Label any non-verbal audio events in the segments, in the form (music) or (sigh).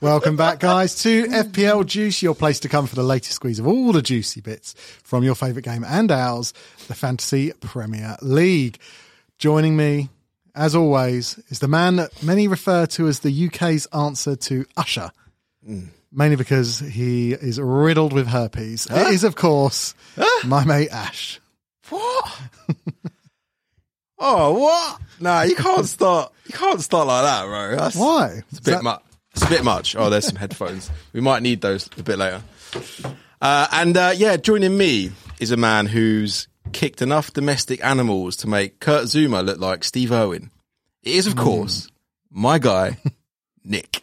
Welcome back, guys, to FPL Juice, your place to come for the latest squeeze of all the juicy bits from your favourite game and ours, the Fantasy Premier League. Joining me, as always, is the man that many refer to as the UK's answer to Usher, mainly because he is riddled with herpes. It is, of course, my mate Ash. What? oh, what? Nah, you can't start. You can't start like that, bro. That's Why? It's a bit much. It's a bit much. (laughs) Oh, there's some headphones. We might need those a bit later. Uh, and uh, yeah, joining me is a man who's kicked enough domestic animals to make Kurt Zuma look like Steve Irwin. It is, of Hmm. course, my guy, (laughs) Nick.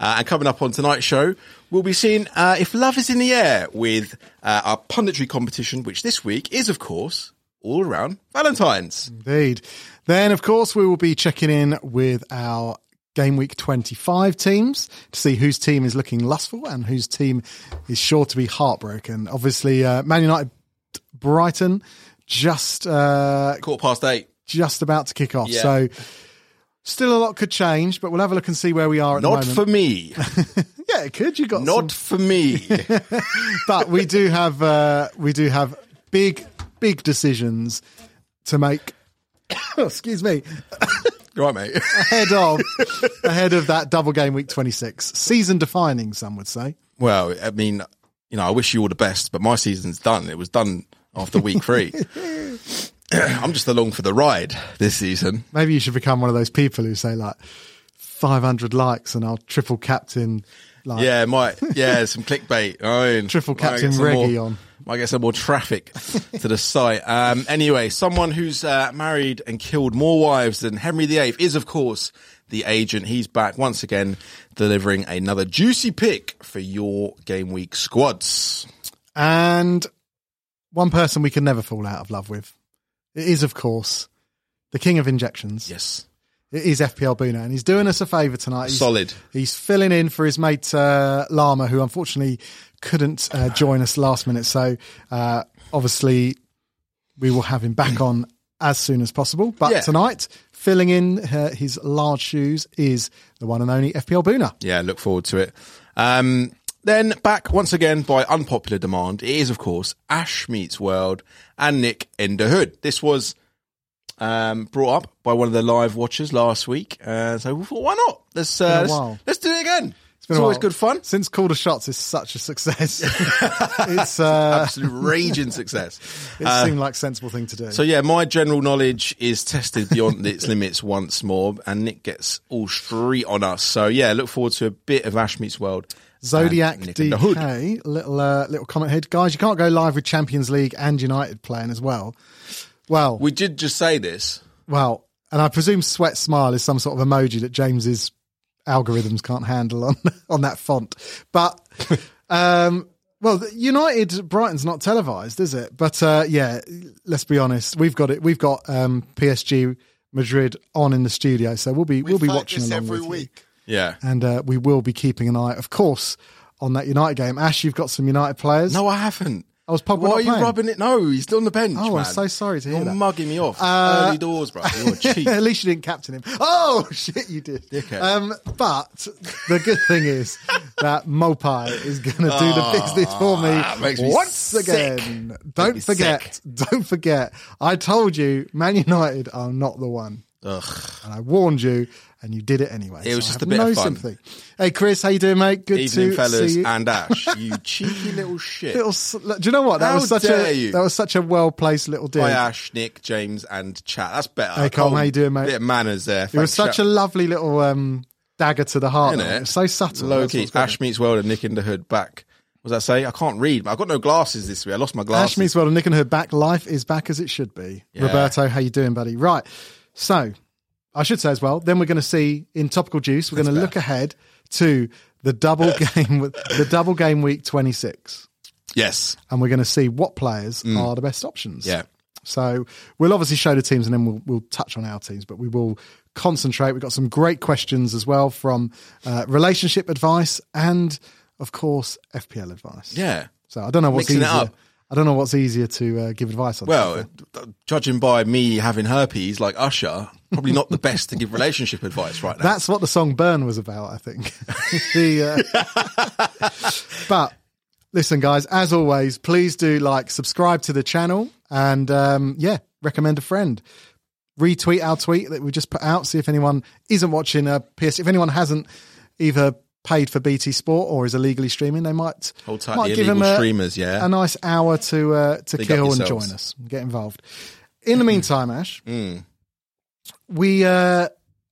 Uh, and coming up on tonight's show, we'll be seeing uh, if love is in the air with uh, our punditry competition, which this week is, of course, all around Valentine's. Indeed. Then, of course, we will be checking in with our Game Week 25 teams to see whose team is looking lustful and whose team is sure to be heartbroken. Obviously, uh, Man United, Brighton, just uh, Quarter past eight. just about to kick off. Yeah. So, still a lot could change, but we'll have a look and see where we are at Not the moment. (laughs) for me. yeah, it could. You got some- Not (laughs) for me. but we do have uh, we do have big big decisions to make. (coughs) Excuse me. right, mate. ahead of ahead of that double game week 26 season defining some would say Well, I mean, you know, I wish you all the best, but my season's done. It was done after week (laughs) three. I'm just along for the ride this season. maybe you should become one of those people who say like 500 likes and i'll triple captain like Yeah, might. (laughs) Yeah, some clickbait. I mean, Triple might get Captain some Reggie more- on. Might get some more traffic to the site. Um, anyway, someone who's uh, married and killed more wives than Henry VIII is, of course, the agent. He's back once again, delivering another juicy pick for your game week squads. and one person we can never fall out of love with it is of course the king of injections Yes, it is fpl Buna, and he's doing us a favor tonight He's- solid. He's filling in for his mate uh, Lama, who unfortunately couldn't uh, join us last minute. So uh, obviously, we will have him back on as soon as possible. But Yeah. tonight, filling in uh, his large shoes is the one and only FPL Booner. Yeah, look forward to it. Um, then back once again by unpopular demand. It is, of course, Ash Meets World and Nick in the Hood. This was um, brought up by one of the live watchers last week. Uh, so we thought, why not? Let's, a uh, while. let's, let's do it again. It's, been a always while. good fun. Since Calder Shots is such a (laughs) success, it's uh, (laughs) Absolute raging success. it seemed like a sensible thing to do. Uh, So uh, yeah, my general knowledge is tested beyond (laughs) its limits once more, and Nick gets all street on us. So yeah, look forward to a bit of Ash Meets World. and Zodiac Nick in the Hood. DK, little uh, little comment here, guys. You can't go live with Champions League and United playing as well. Well, We did just say this. Well, and I presume sweat smile is some sort of emoji that James's algorithms can't handle on (laughs) on that font. But um well, the- United Brighton's not televised, is it? But uh yeah, let's be honest. We've got it. We've got um PSG Madrid on in the studio, so we'll be we will be fight watching this along every with you. week. Yeah. And uh, we will be keeping an eye, of course, on that United game. Ash, you've got some United players. No, I haven't. Oh, is Pogba Why not are you playing? rubbing it? No, he's still on the bench. Oh, I'm man. so sorry to hear You're that. Uh, mugging me off. Early doors, bro. (laughs) You're cheap. At least you didn't captain him. Oh (laughs) shit, you did. Dickhead. Um, but the good thing is that Mopai is going to do the business for me, Ah, that makes me once sick. again. Don't me forget. Don't forget. I told you, Man United are not the one, Ugh. and I warned you, and you did it anyway. It was So I just have a bit no of fun. sympathy. Hey, Chris, how you doing, mate? Good Evening, to fellas see you. (laughs) and Ash. You cheeky little shit. Little s- do you know what? That How was such dare a you. that was such a well placed little dig. Hi, Ash, Nick, James, and chat. That's better. Hey, Colm, how you doing, mate? Bit of manners there. It was such a lovely little um, dagger to the heart. Isn't though. it? It was so subtle. low That's key. what's great. Ash meets world and Nick in the hood back. What does that say? I can't read. I've got no glasses this week. I lost my glasses. Ash meets well and Nick and her back. Life is back as it should be. Yeah. Roberto, how you doing, buddy? Right. So I should say as well. Then we're going to see in topical juice. We're going to look ahead to the double (laughs) game, the double game week twenty six, yes. and we're going to see what players are the best options. Mm. Yeah. So we'll obviously show the teams and then we'll, we'll touch on our teams, but we will concentrate. We've got some great questions as well from uh, relationship advice and, of course, FPL advice. Yeah. So I don't know what's Mixing it easier. up. I don't know what's easier to uh, give advice on. Well, judging by me having herpes, like Usher, probably not the best to give relationship advice right now. that's what the song "Burn" was about, I think. (laughs) the, uh... (laughs) but listen, guys, as always, please do like, subscribe to the channel, and um, yeah, recommend a friend. Retweet our tweet that we just put out. See if anyone isn't watching a PS. If anyone hasn't either paid for BT Sport or is illegally streaming, they might Hold tight, might the give 'em illegal a- streamers, yeah. a nice hour to uh, to Big up kill and yourselves. Mm-hmm. Mm. join us, and get involved. In the meantime, Ash, we, uh,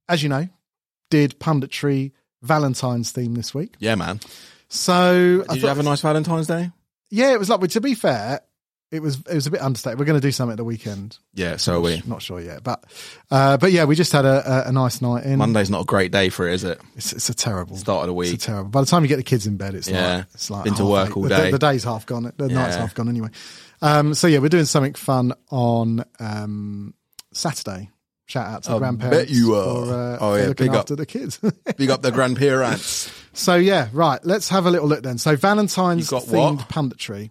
as you know, did punditry Valentine's theme this week. yeah, man. Did So, I you thought- have a nice Valentine's Day? yeah, it was lovely. To be fair, it was it was a bit understated. We're going to do something at the weekend. Yeah, so are we. Not sure yet, but uh, but yeah, we just had a, a, a nice night in. Monday's not a great day for it, is it? It's, it's a terrible. Start of the It's week. a terrible. By the time you get the kids in bed, it's Yeah. like it's like Been to half work eight. all The- day. The, day's half gone. The night's Yeah. half gone anyway. Um, so yeah, we're doing something fun on um, Saturday. Shout out to the grandparents. bet you are. For, uh, Oh, for yeah, looking big up. after the kids. (laughs) (laughs) Big up the grandparents. so yeah, right. Let's have a little look then. So Valentine's You got themed what? punditry.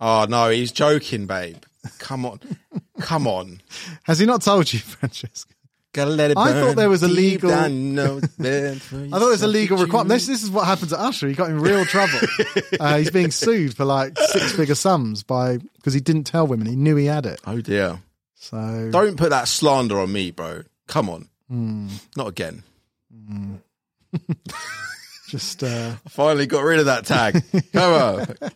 Oh no, he's joking, babe. Come on, come on. Has he not told you, (laughs) Francesca? Gotta let it I thought there was a Deep legal- (laughs) down, no, it's bad for I thought it was a yourself. legal Did you- requirement. This, this is what happened to Usher. He got in real (laughs) trouble. uh, he's being sued for like six figure sums by because he didn't tell women. He knew he had it. Oh dear! So Don't put that slander on me, bro. Come on, Hmm. not again. just uh, I finally got rid of (laughs) that tag. Come on,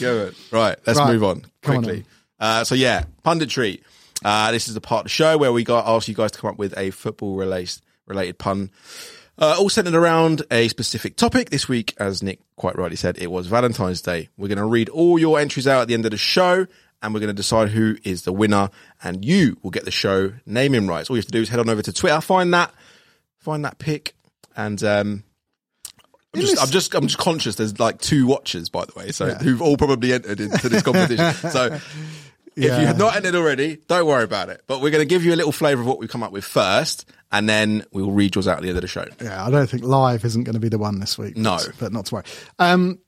go on. Right, let's Right. move on Come on quickly. uh, so yeah, punditry. Uh, this is the part of the show where we got ask you guys to come up with a football related related pun. Uh, all centered around a specific topic. This week, as Nick quite rightly said, it was Valentine's Day. We're going to read all your entries out at the end of the show and we're going to decide who is the winner and you will get the show naming rights. All you have to do is head on over to Twitter, find that, find that pick and, um, I'm just, I'm just, I'm just conscious. There's like two watchers, by the way, so who've all probably entered into this (laughs) competition. so if you Yeah. have not entered already, don't worry about it. But we're going to give you a little flavour of what we've come up with first, and then we'll read yours out at the end of the show. Yeah, I don't think live isn't going to be the one this week. No. but, but not to worry. Um,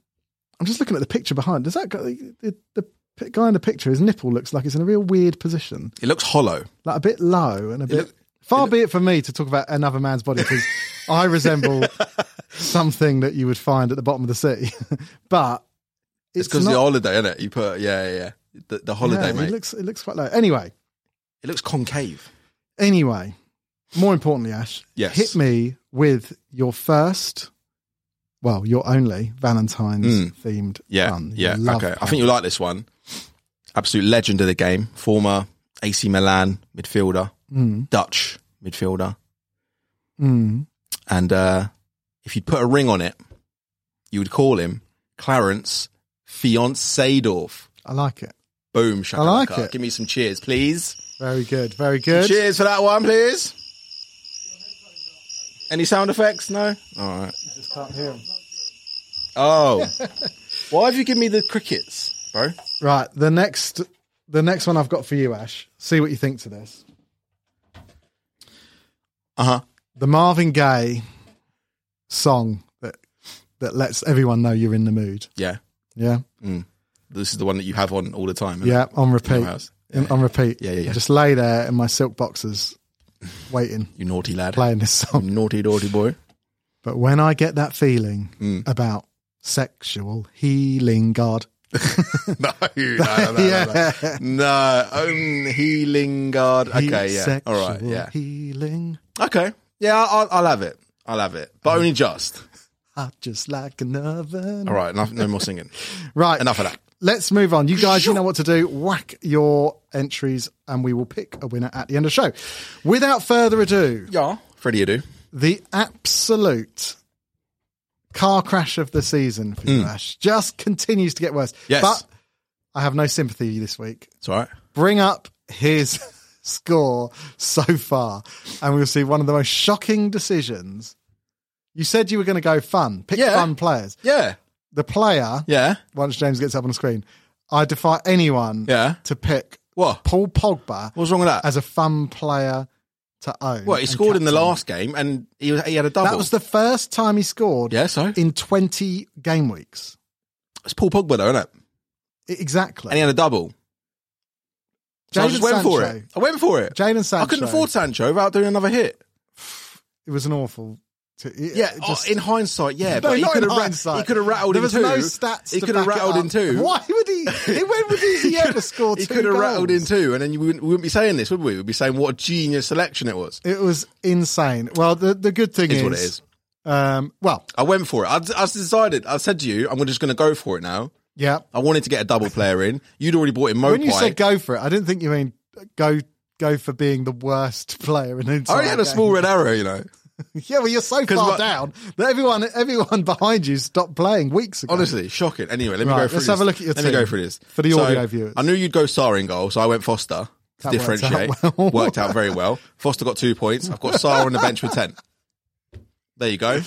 I'm just looking at the picture behind. Does that guy, the, the p- guy in the picture? His nipple looks like it's in a real weird position, It looks hollow. like a bit low and a bit. far be it for me to talk about another man's body (laughs) because I resemble something that you would find at the bottom of the sea, (laughs) but It's it's because not- the holiday, isn't it? You put, yeah, yeah, yeah. The, the holiday, yeah, mate. It looks it looks quite low. Anyway, it looks concave. anyway. More importantly, Ash, Yes. hit me with your first. Well, your only Valentine's themed Hmm. Yeah, pun. Um, You yeah. love Okay, I think you like this one. Absolute legend of the game, former AC Milan midfielder, Hmm. Dutch midfielder, and uh, if you'd put a ring on it, you would call him Clarence Fiancédorf. I like it. Boom! Shakalaka. like it. Give me some cheers, please. Very good. Very good. Cheers for that one, please. Any sound effects? No. All right. (laughs) Oh, why have you given me the crickets, bro? Right. The next, the next one I've got for you, Ash. See what you think to this. Uh huh. The Marvin Gaye song that that lets everyone know you're in the mood. Yeah. Yeah. This is the one that you have on all the time. isn't it? Yeah. On repeat. my house. In- on repeat. Yeah, yeah, yeah. Just lay there in my silk boxes, waiting, You naughty lad. playing this song. Naughty, naughty boy. But when I get that feeling Mm. about sexual healing, God, (laughs) no, (laughs) no, no, no, Yeah. no. No, um, healing guard. (laughs) Okay, Heal- yeah. All sexual right, yeah. healing, Okay. Yeah, I'll, I'll have it. I'll have it. But only just. hot just like an oven. All right, enough, no more (laughs) singing. Right, Enough of that. Let's move on. You guys, you know what to do. Whack your entries, and we will pick a winner at the end of the show. Without further ado, Yeah. Freddie, you do. the absolute car crash of the season for you, Ash, just continues to get worse. Mm. Yes. But I have no sympathy this week. It's all right. bring up his (laughs) score so far, and we'll see one of the most shocking decisions. You said you were going to go fun, pick Yeah. fun players. Yeah. The player, Yeah. once James gets up on the screen, I defy anyone Yeah. to pick What? Paul Pogba What's wrong with that? as a fun player to own. Well, he and scored in the captain. last game and he, was- he had a double. That was the first time he scored yeah, so? in 20 game weeks. E, It's Paul Pogba, though, isn't it? Exactly. and he had a double. So I Jadon just went for Sancho. it. I went for it. Jadon Sancho. I couldn't afford Sancho without doing another hit. It was an awful. T- it- Yeah, it oh, just- in hindsight, yeah, no, but he not could in have ra- hindsight. He could have rattled there in was two. no stats. He to could have back it rattled in up. two. Why would (laughs) he? When would he, he ever score two He could have rattled goals? in two, and then you wouldn't, we wouldn't be saying this, would we? We'd be saying what a genius selection it was. It was insane. Well, the, the good thing Is is, what it is. Um, well, I went for it. I, I decided. I said to you, I'm just going to go for it now. yeah. I wanted to get a double player in. You'd already bought in Mopai. When you said go for it, I didn't think you mean go go for being the worst (laughs) player in the I entire already had a game. (laughs) small red arrow, you know. Yeah, well, you're (laughs) so far my- down that everyone everyone (laughs) behind you stopped playing weeks ago. Honestly, shocking. Anyway, let me Right, go through let's this. have a look at your Let me team go through this. for the So, audio viewers. I knew you'd go Sar in goal, so I went Foster to That worked out differentiate. (laughs) well. Worked out very well. Foster got two points. I've got Sar on the bench with 10. There you go.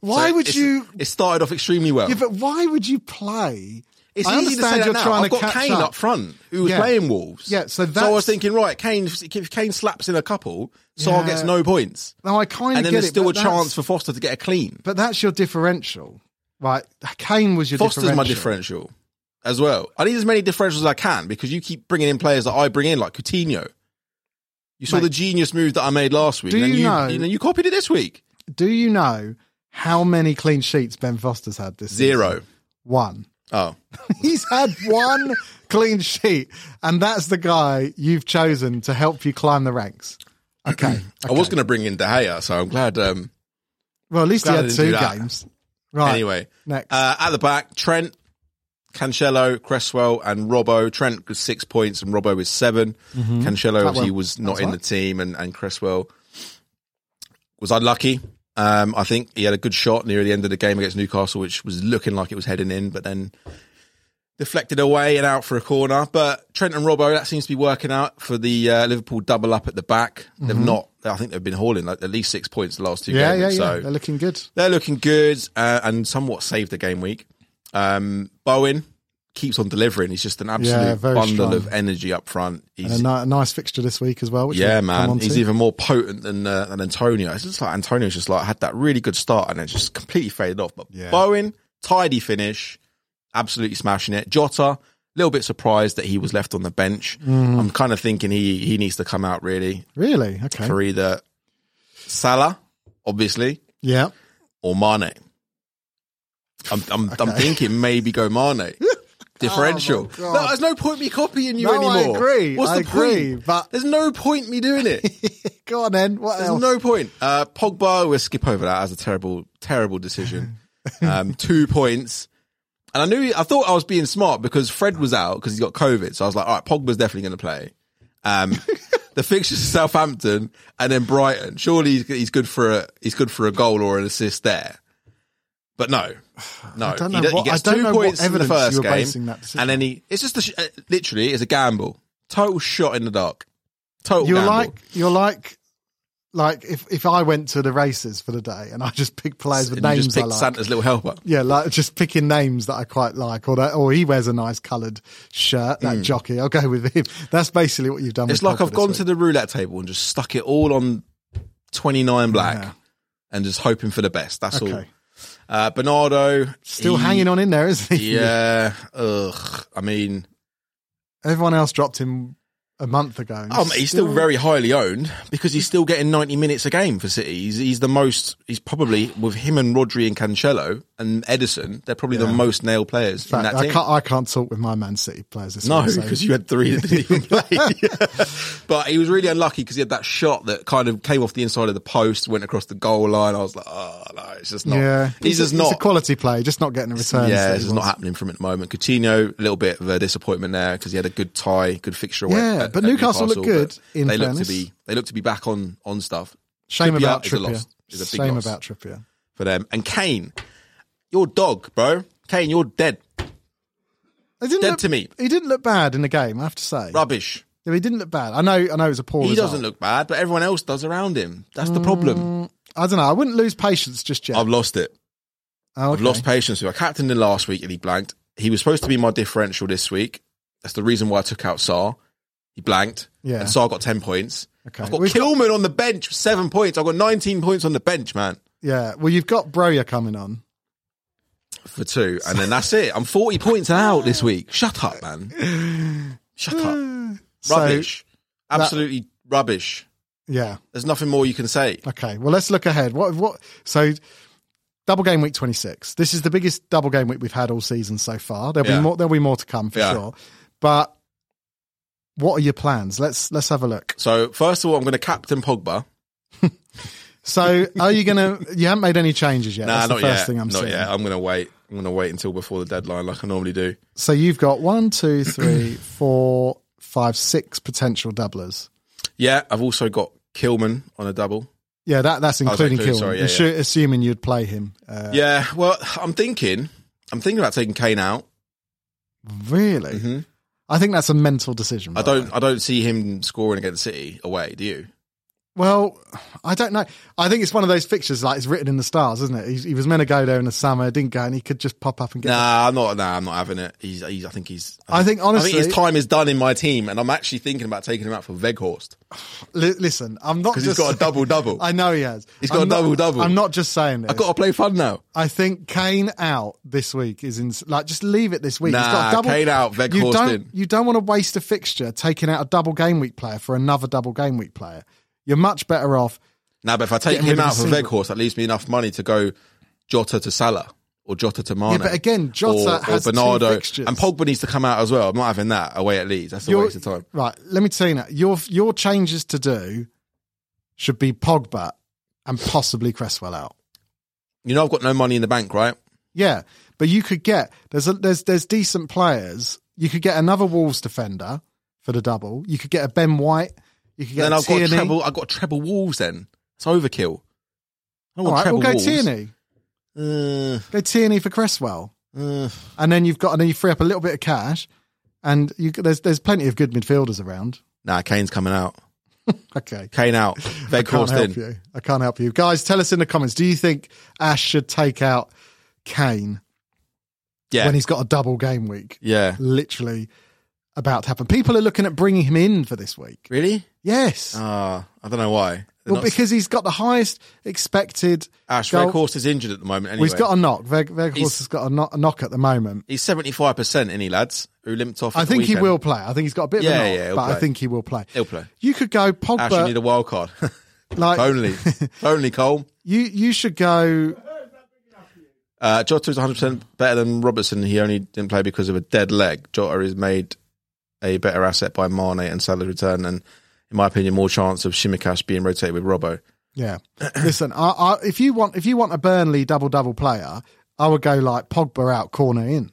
why So would it's- you? It started off extremely well. Yeah, but why would you play? it's I easy to say understand that you're now. trying to I've got catch Kane up. up. front, who was Yeah. playing Wolves. Yeah, so I that's- was thinking, right, Kane. If Kane slaps in a couple, Sar Yeah. gets no points, No, I kind of and then get there's it, still but a that's- chance for Foster to get a clean. But that's your differential, right? Kane was your Foster's my differential. differential as well. I need as many differentials as I can because you keep bringing in players that I bring in, like Coutinho. You saw Mate. the genius move that I made last week. Do and then you you, know- and then you copied it this week. Do you know how many clean sheets Ben Foster's had this season? Zero. One. (laughs) Oh, He's had one clean sheet, and that's the guy you've chosen to help you climb the ranks. Okay. (clears throat) I was going to bring in De Gea, so I'm glad. Um, Well, at least Glad I he had didn't two do that. games. Right. Anyway, Next. uh, at the back, Trent, Cancelo, Cresswell, and Robbo. Trent with six points, and Robbo with 7 Cancelo obviously went- was Mm-hmm. that not was in right. the team, and, and Cresswell was unlucky. Um, I think he had a good shot near the end of the game against Newcastle, which was looking like it was heading in, but then deflected away and out for a corner. But Trent and Robbo, that seems to be working out for the uh, Liverpool double up at the back. They've not. I think they've been hauling like, at least six points the last two Mm-hmm. yeah, games. yeah, yeah. so They're looking good. they're looking good uh, and somewhat saved the game week. Um, Bowen keeps on delivering. He's just an Yeah, absolute very bundle strong. of energy up front. And a He's, ni- a nice fixture this week as well. Which yeah, we'll come man. on He's to. even more potent than uh, than Antonio. It's just like Antonio's just like had that really good start and then just completely faded off. But Yeah. Bowen, tidy finish, absolutely smashing it. Jota, a little bit surprised that he was left on the bench. Mm. I'm kind of thinking he he needs to come out really Really? Okay. for either Salah, obviously, Yeah. or Mane. I'm, I'm, I'm thinking maybe go Mane. (laughs) Oh Differential. my God. no, there's no point me copying you No, I anymore. agree. What's I the agree, point? but- there's no point me doing it. (laughs) Go on then. What There's else? no point. Uh, Pogba, we'll skip over that as a terrible, (laughs) terrible decision. Um, two points. And I knew, I thought I was being smart because Fred was out because he's got COVID. So I was like, all right, Pogba's definitely going to play. (laughs) Um, the fixtures are Southampton and then Brighton. Surely he's, he's good for a, he's good for a goal or an assist there. But no, no, I don't He know does- he, what- I gets don't two know what points in the evidence first you were basing game, that decision and then he—it's just a, sh- uh, literally it's a gamble, total shot in the dark, total. You're gamble. like you're like like if if I went to the races for the day and I just pick players with and you names just I picked like. Santa's little helper. Yeah, like just picking names that I quite like, or that, or he wears a nice coloured shirt. That jockey, I'll go with him. That's basically what you've done. Hmm. It's with like I've gone to the roulette table and just stuck it all on 29 black Yeah. and just hoping for the best. That's all. Okay. Uh, Bernardo. still hanging on in there, isn't he? Yeah. Ugh. I mean, Everyone else dropped him a month ago. and um, he's still very highly owned because he's still getting 90 minutes a game for City. He's, he's the most, he's probably with him and Rodri and Cancelo and Edison, they're probably the most nailed players In in fact, that I team. can't. I can't talk with my Man City players this No, week, (laughs) so- because you had three that didn't even play. (laughs) but he was really unlucky because he had that shot that kind of came off the inside of the post, went across the goal line. I was like, oh no, it's just not. yeah, he's a- just not. He's a quality player, just not getting a return. yeah, that it's he just not wants. happening for him at the moment. Coutinho, a little bit of a disappointment there because he had a good tie, good fixture away. Yeah, at- but at Newcastle looked good, but in they look fairness. to be they look to be back on on stuff Shame Trippier about is a loss. Trippier. Is a big Shame loss. about Trippier. for them. And Kane, your dog, bro. Kane, you're dead, He didn't dead look- to me. He didn't look bad in the game. I have to say, Rubbish. he didn't look bad. I know. I know it was a poor. He result. doesn't look bad, but everyone else does around him. That's the problem. I don't know. I wouldn't lose patience just yet. I've lost it. Oh, I've okay. lost patience with. I captained him last week and he blanked. He was supposed to be my differential this week. That's the reason why I took out Saar. He blanked. Yeah. And Saar got 10 points. Okay. I've got We've Kilman on the bench with seven points. I've got 19 points on the bench, man. Yeah. Well, you've got Broya coming on. for two, and then that's it. I'm 40 points out this week. Shut up, man. Shut up. (laughs) So- Uh, Rubbish. Absolutely rubbish. Yeah. There's nothing more you can say. Okay. Well, let's look ahead. What? What? So, double game week twenty six. This is the biggest double game week we've had all season so far. There'll Yeah. be more. There'll be more to come for Yeah. sure. But what are your plans? Let's let's have a look. So, first of all, I'm going to captain Pogba. So, are you gonna? (laughs) You haven't made any changes yet. Nah, That's not the first yet. thing I'm not seeing. yet. I'm going to wait. I'm going to wait until before the deadline, like I normally do. So you've got one, two, (clears throat) three, four, five, six potential doublers. Yeah, I've also got Kilman on a double. Yeah, that that's was including Oh, including- Kilman. sorry, yeah, Assu- Assuming you'd play him. Uh, Yeah, well, I'm thinking, I'm thinking about taking Kane out. Really? Mhm. I think that's a mental decision. by I the don't, I don't see him scoring against City away. Do you? Well, I don't know. I think it's one of those fixtures like it's written in the stars, isn't it? He, he was meant to go there in the summer, didn't go, and he could just pop up and get. Nah, I'm not. Nah, I'm not having it. He's, he's I think he's. I think honestly, I think his time is done in my team, and I'm actually thinking about taking him out for Veghorst li- listen, I'm not because just. he's got a double double. (laughs) I know he has. He's got I'm a not- double-double. I'm not just saying this. I've got to play fun now. I think Kane out this week is in like just leave it this week. He's got Nah, a double, Kane out, Veghorst you don't in. you don't want to waste a fixture taking out a double game week player for another double game week player. You're much better off. Nah, but if I take Getting him rid of out the for single. Veghorst, that leaves me enough money to go Jota to Salah or Jota to Mane. Yeah, but again, Jota has two fixtures. and Pogba needs to come out as well. I'm not having that away at Leeds. That's a Your- waste of time. Right, let me tell you now. Your your changes to do should be Pogba and possibly Cresswell out. You know, I've got no money in the bank, right? Yeah, but you could get there's a, there's there's decent players. You could get another Wolves defender for the double. You could get a Ben White. You could get then a I've got Tierney. treble. I've got treble walls. Then it's overkill. I All want right, we'll treble go E. Wolves. Tierney. Uh, Go Tierney for Cresswell, uh, and then you've got and then you free up a little bit of cash, and you there's there's plenty of good midfielders around. nah, Kane's coming out. Okay, Kane out. (laughs) can't Veghorst help in. you. I can't help you, guys. Tell us in the comments. Do you think Ash should take out Kane Yeah, when he's got a double game week? yeah. Literally about to happen. People are looking at bringing him in for this week. Really? Yes. Uh, I don't know why. They're well, not- because he's got the highest expected. Ash goal- Veghorst is injured at the moment. Anyway, Well, he's got a knock. Veg- He's- Veghorst has got a knock, a knock at the moment. He's seventy five percent, any lads who limped off. at I the think he weekend. will play. I think he's got a bit Yeah, of a knock, yeah, he'll but I play. think he will play. He'll play. You could go Ash, you need Pogba. a wild card. (laughs) like (laughs) only, only Cole. you, you should go. Uh, Jota is one hundred percent better than Robertson. He only didn't play because of a dead leg. Jota is made a better asset by Mane and Salah's return, and in my opinion, more chance of Shimikash being rotated with Robbo. (clears throat) Yeah. Listen, I, I, if you want, if you want a Burnley double double player, I would go like Pogba out, corner in.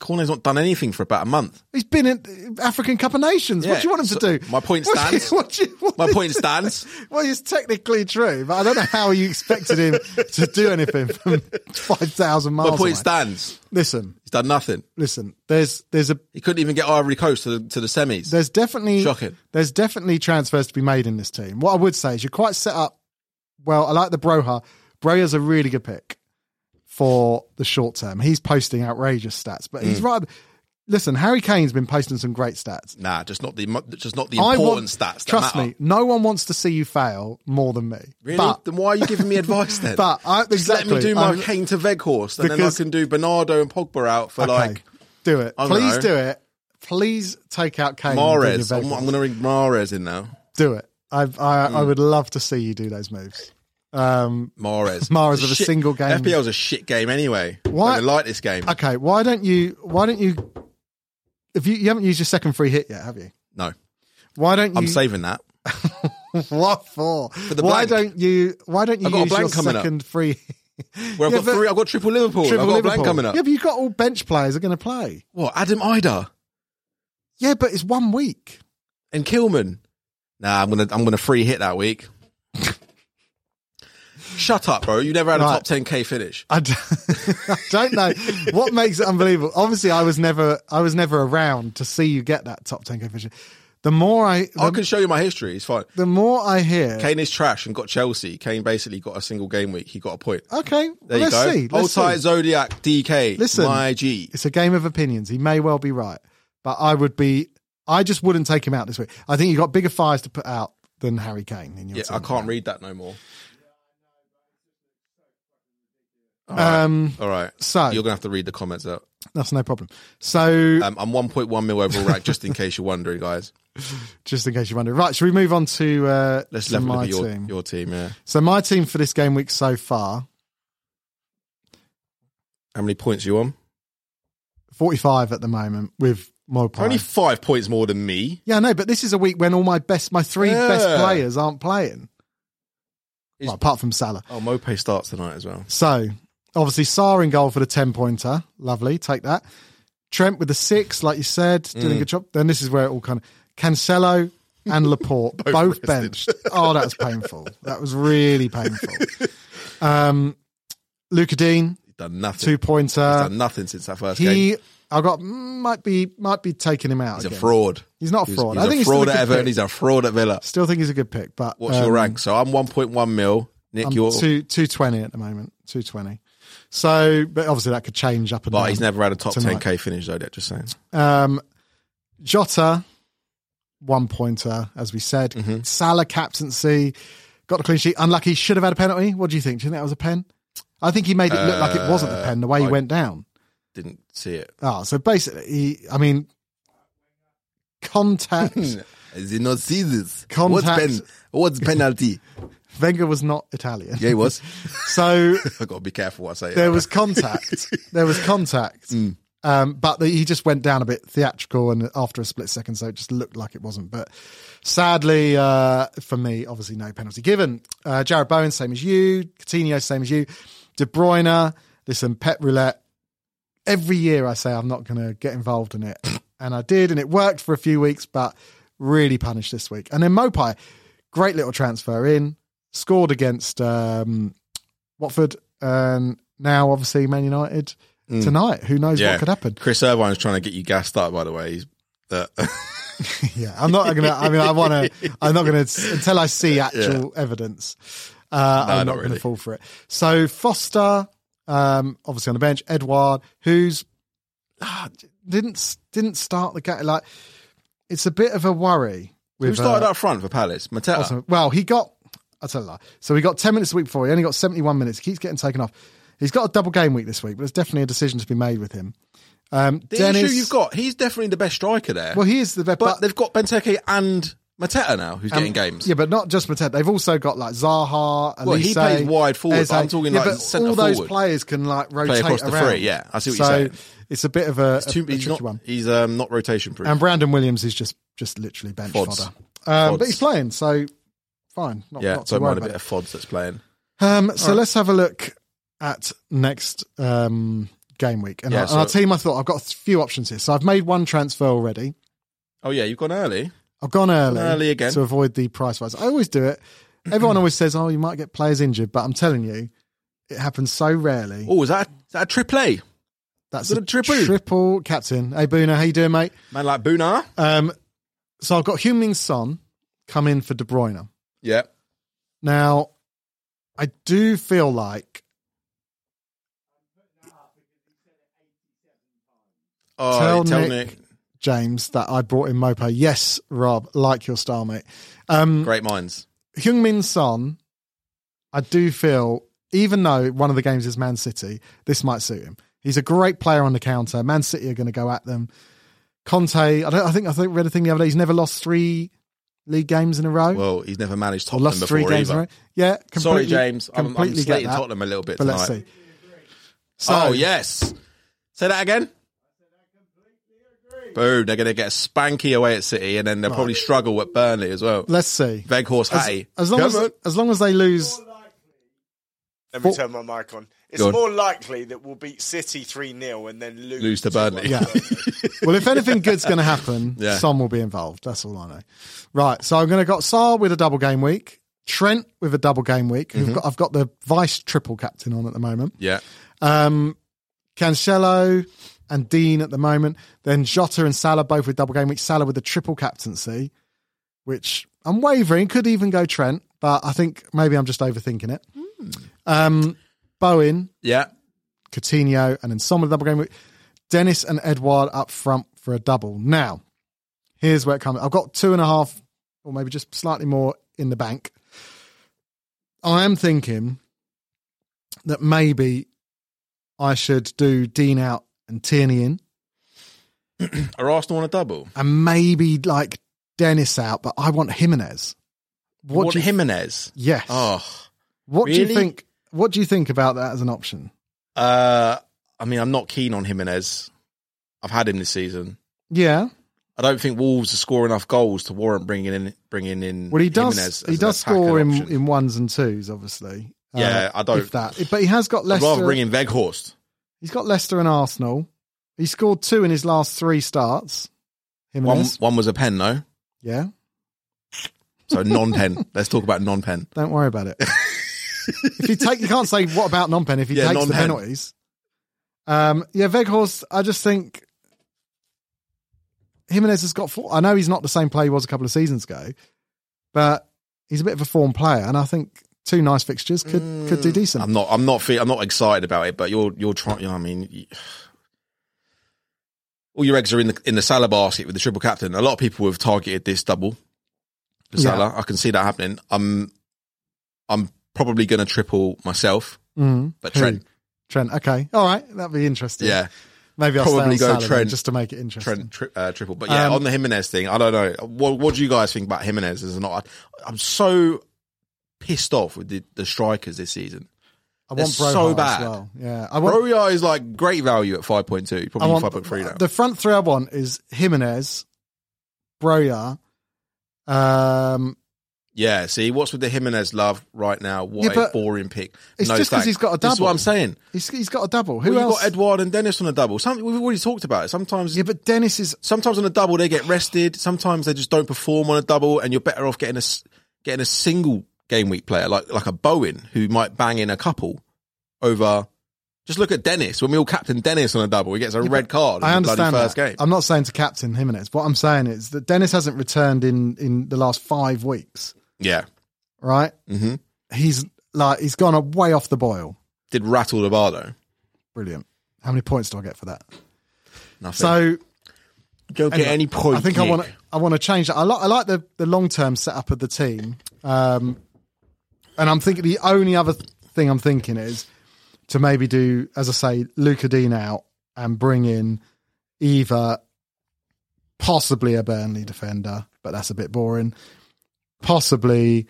Corner's not done anything for about a month. He's been in African Cup of Nations. Yeah, what do you want him so to do? my point What do you- (laughs) stands. what do you- what My do you- point stands. Well, it's technically true, but I don't know how you expected him to do anything from (laughs) five thousand miles. My away. point stands. listen, He's done nothing. listen. There's there's a He couldn't even get Ivory Coast to the, to the semis. there's definitely Shocking. there's definitely transfers to be made in this team. What I would say is you're quite set up. Well, I like the Broha. Broha's a really good pick for the short term. He's posting outrageous stats, but Mm. he's right. Listen, Harry Kane's been posting some great stats. nah, just not the mo- just not the important stats. That Trust matter. me, no one wants to see you fail more than me. Really? But, then why are you giving me advice (laughs) then? but I, just exactly, let me do my I'm- Kane to Veghorst, and Because- then I can do Bernardo and Pogba out for like do it. I don't Please know. do it. Please take out Kane. and do Mares. your I'm, Vegas. I'm Mm. going to ring Mares in now. do it. I've, I I would love to see you do those moves. Um, (laughs) Mares. Mahrez with a Shit- single game. FPL's a shit game anyway. Why- I don't like this game. okay, why don't you? Why don't you? If you, you haven't used your second free hit yet, have you? no, Why don't you? I'm saving that. (laughs) what for? the why blank. don't you? Why don't you I've got a use your blank coming up. second free? Where I've Yeah, got but- three, I've got triple Liverpool. Triple I've got a Liverpool. blank coming up. Yeah, but you've got all bench players are going to play. What? Adam Ida Yeah, but it's one week. and Kilman. Nah, I'm gonna I'm gonna free hit (laughs) that week. Shut up, bro. You never had a Right. top 10k finish. I don't, (laughs) I don't know what makes it unbelievable. Obviously, I was never I was never around to see you get that top ten coefficient. The more I I the, can show you my history. It's fine. the more I hear, okay, Kane is trash and got Chelsea. Kane basically got a single game week. He got a point. well, There you let's go. see. Old Let's tight see. Zodiac DK. Listen. my G. It's a game of opinions. He may well be right, but I would be. I just wouldn't take him out this week. I think you got bigger fires to put out than Harry Kane in your Yeah, team. I can't read that no more. um, all right. so- you're gonna have to read the comments out. That's no problem. So, Um, I'm 1.1 mil overall ranked, just in case you're wondering, guys. just in case you're wondering, right? Should we move on to uh, Let's to level my up your team? your team. Yeah. So my team for this game week so far, How many points are you on? forty-five at the moment with Mopai. Only five points more than me. yeah, no, but this is a week when all my best, my three best Yeah. players aren't playing, Is- Well, apart from Salah. Oh, Mope starts tonight as well. So obviously Saar in goal for the ten pointer, lovely, take that. Trent with the six, like you said, Mm. doing a good job. Then this is where it all kind of Cancelo and (laughs) Laporte both, benched. Oh, that was painful. That was really painful. Um, Luca Dean He's done nothing. two He's pointer. done nothing since that first game. He, I got might be might be taking him out. He's a again. fraud. He's not a He's, fraud. he's I think a he's fraud still at a good Everton. pick. He's a fraud at Villa. Still think he's a good pick, but What's um, your rank? So I'm 1.1 mil. Nick, I'm you're. two two twenty at the moment. Two twenty. So, but obviously that could change up and but down. he's never had a top tonight. 10k finish though. That just saying. Um, Jota, one pointer, as we said. Salah captaincy, got the clean sheet. Unlucky, should have had a penalty. What do you think? Do you think that was a pen? I think he made it look like it wasn't a pen the way he I- went down. Didn't see it. Ah, so basically, he, I mean, contact. (laughs) Did not see this. Contact- What's pen? What's penalty? Wenger was not Italian, yeah, he was. (laughs) so I gotta be careful what I say. there was contact. there was contact. Um, but the, he just went down a bit theatrical and after a split second, so it just looked like it wasn't. But sadly, uh, for me, obviously no penalty given. Uh, Jared Bowen, same as you. Coutinho, same as you. De Bruyne, listen, Pet Roulette. Every year I say I'm not going to get involved in it. and I did, and it worked for a few weeks, but really punished this week. And then Mopai, great little transfer in, scored against um, Watford, and now obviously Man United tonight. Who knows Yeah. what could happen? Chris Irvine's trying to get you gassed up. By the way, he's. Uh, (laughs) yeah, I'm not gonna. I mean, I want to. I'm not gonna until I see actual evidence. Uh, I'm not not, gonna really. fall for it. So Foster, um, obviously on the bench. Edward, who's ah, didn't didn't start the game. Like, it's a bit of a worry. With, who started up front for Palace? Mateta. uh, well, he got. I tell you that. So he got 10 minutes a week before. He only got 71 minutes. He keeps getting taken off. He's got a double game week this week, but there's definitely a decision to be made with him. Um, The Dennis, issue you've got, he's definitely the best striker there. well, he is the best. but, they've got Benteke and Mateta now, who's getting games. Yeah, but not just Mateta. They've also got like Zaha. Elise, Well, he plays wide forward, but I'm talking, like, centre all those forward. players can like rotate across the around. three, yeah. I see what so you're saying. It's a bit of a, a- Too- a he's tricky not. one. He's um, not rotation proof. And Brandon Williams is just just literally bench Fods. fodder. Um, but Fods. he's playing, so fine. Not, yeah, not so to it worry might a about bit of Fods that's playing. um, so let's have a look at next um, game week. And, Yeah, our, and our so- team, I thought I've got a few options here. So I've made one transfer already. Oh yeah, you've gone early. I've gone early, Early again. to avoid the price rise. I always do it. Everyone always says, "Oh, you might get players injured," but I'm telling you, it happens so rarely. Oh, is that is that a triple A? That's is it a triple? triple captain. Hey, Boona, how you doing, mate? Man like Buna. Um, so I've got Heung-Min Son come in for De Bruyne. Yeah. Now, I do feel like Oh, Tell tell, Nick- Nick. James that I brought in Mopo. Yes, Rob, like your style, mate. Um, Great minds. Hyung Min Son, I do feel, even though one of the games is Man City, this might suit him. He's a great player on the counter. Man City are going to go at them. Conte, I, don't, I think I think read a thing the other day. He's never lost three league games in a row. Well, he's never managed or Tottenham lost before three games in a either. row. Yeah, Sorry, completely- James. I'm, I'm completely get slating that, Tottenham a little bit But tonight. let's see. So, Oh yes. Say that again. Boo! They're going to get spanky away at City, and then they'll probably struggle at Burnley as well. let's see. Veghorst Hattie. As long Come as, on. as long as they lose, Let me Four- turn my mic on. It's Go on. more likely that we'll beat City 3 0 and then lose, lose to Burnley. Yeah. (laughs) well, if anything good's going to happen, Yeah. Son will be involved. That's all I know. Right. So I'm going to got Sar with a double game week, Trent with a double game week. who've Got, I've got the vice triple captain on at the moment. yeah. Um, Cancelo and Dean at the moment. Then Jota and Salah both with double game week. Salah with the triple captaincy, which I'm wavering. Could even go Trent, but I think maybe I'm just overthinking it. Um, Bowen Yeah. Coutinho, and then Son with a double game week. Dennis and Edouard up front for a double. Now, here's where it comes. I've got two and a half, or maybe just slightly more in the bank. I am thinking that maybe I should do Dean out and Tierney in, Are Arsenal on a double? and maybe like Dennis out, but I want Jimenez. What, do you, Jimenez? Yes. Oh, what do really? you think? What do you think about that as an option? uh, I mean, I'm not keen on Jimenez. I've had him this season. Yeah. I don't think Wolves are scoring enough goals to warrant bringing in bringing in. Well, he does. Jimenez as he an does attacking score in, option. in ones and twos, obviously. Uh, Yeah, I don't- If that, but he has got I'd rather Leicester. bring in Veghorst. He's got Leicester and Arsenal. He scored two in his last three starts. Him One and us. one was a pen, no, Yeah. so non-pen. (laughs) Let's talk about non-pen. Don't worry about (laughs) it. if you take, you can't say what about non-pen if he Yeah, takes the non-pen. penalties. Um, yeah, Veghorst. I just think Jimenez has got. Four, I know he's not the same player he was a couple of seasons ago, but he's a bit of a form player, and I think two nice fixtures could could do decent. Mm, I'm not. I'm not. Feel, I'm not excited about it. But you're. You're trying. You know, what I mean, You- (sighs) all your eggs are in the in the Salah basket with the triple captain. A lot of people have targeted this double, the Yeah. Salah. I can see that happening. I'm. I'm probably going to triple myself, Mm. but Who? Trent. Trent. Okay. All right. That'd be interesting. Yeah, Maybe I'll Probably stay go on Salah then, Trent. just to make it interesting. Trent tri- uh, triple. But yeah, Um, on the Jimenez thing, I don't know. What What do you guys think about Jimenez? Is not. I'm so pissed off with the, the strikers this season. I They're want Broha so as bad. well. Yeah. I want. Broya is like great value at five point two, I probably want five point three now. the front three. I want is Jimenez, Broya. Um, Yeah, see, what's with the Jimenez love right now? Yeah, What a but boring pick. it's no just 'cause thanks. he's got a This is double. what I'm saying. he's he's got a double. Who Well, you've else? got Edward and Dennis on a double. Some, we've already talked about it. Sometimes, yeah, but Dennis is sometimes on a double they get rested. Sometimes they just don't perform on a double, and you're better off getting a s- getting a single game week player like like a Bowen who might bang in a couple over. Just look at Dennis. When we all captain Dennis on a double, he gets a red card. in I the bloody understand first that. game. I'm not saying to captain Jimenez. What I'm saying is that Dennis hasn't returned in in the last five weeks. yeah, Right? hmm He's like he's gone way off the boil. did rattle the bar though. Brilliant. How many points do I get for that? Nothing. So don't get anyway, any point. I think I Nick. want to, I want to change that. I like I like the the long term setup of the team. Um, and I'm thinking the only other th- thing I'm thinking is to maybe do, as I say, Luca Dean out and bring in either possibly a Burnley defender, but that's a bit boring. Possibly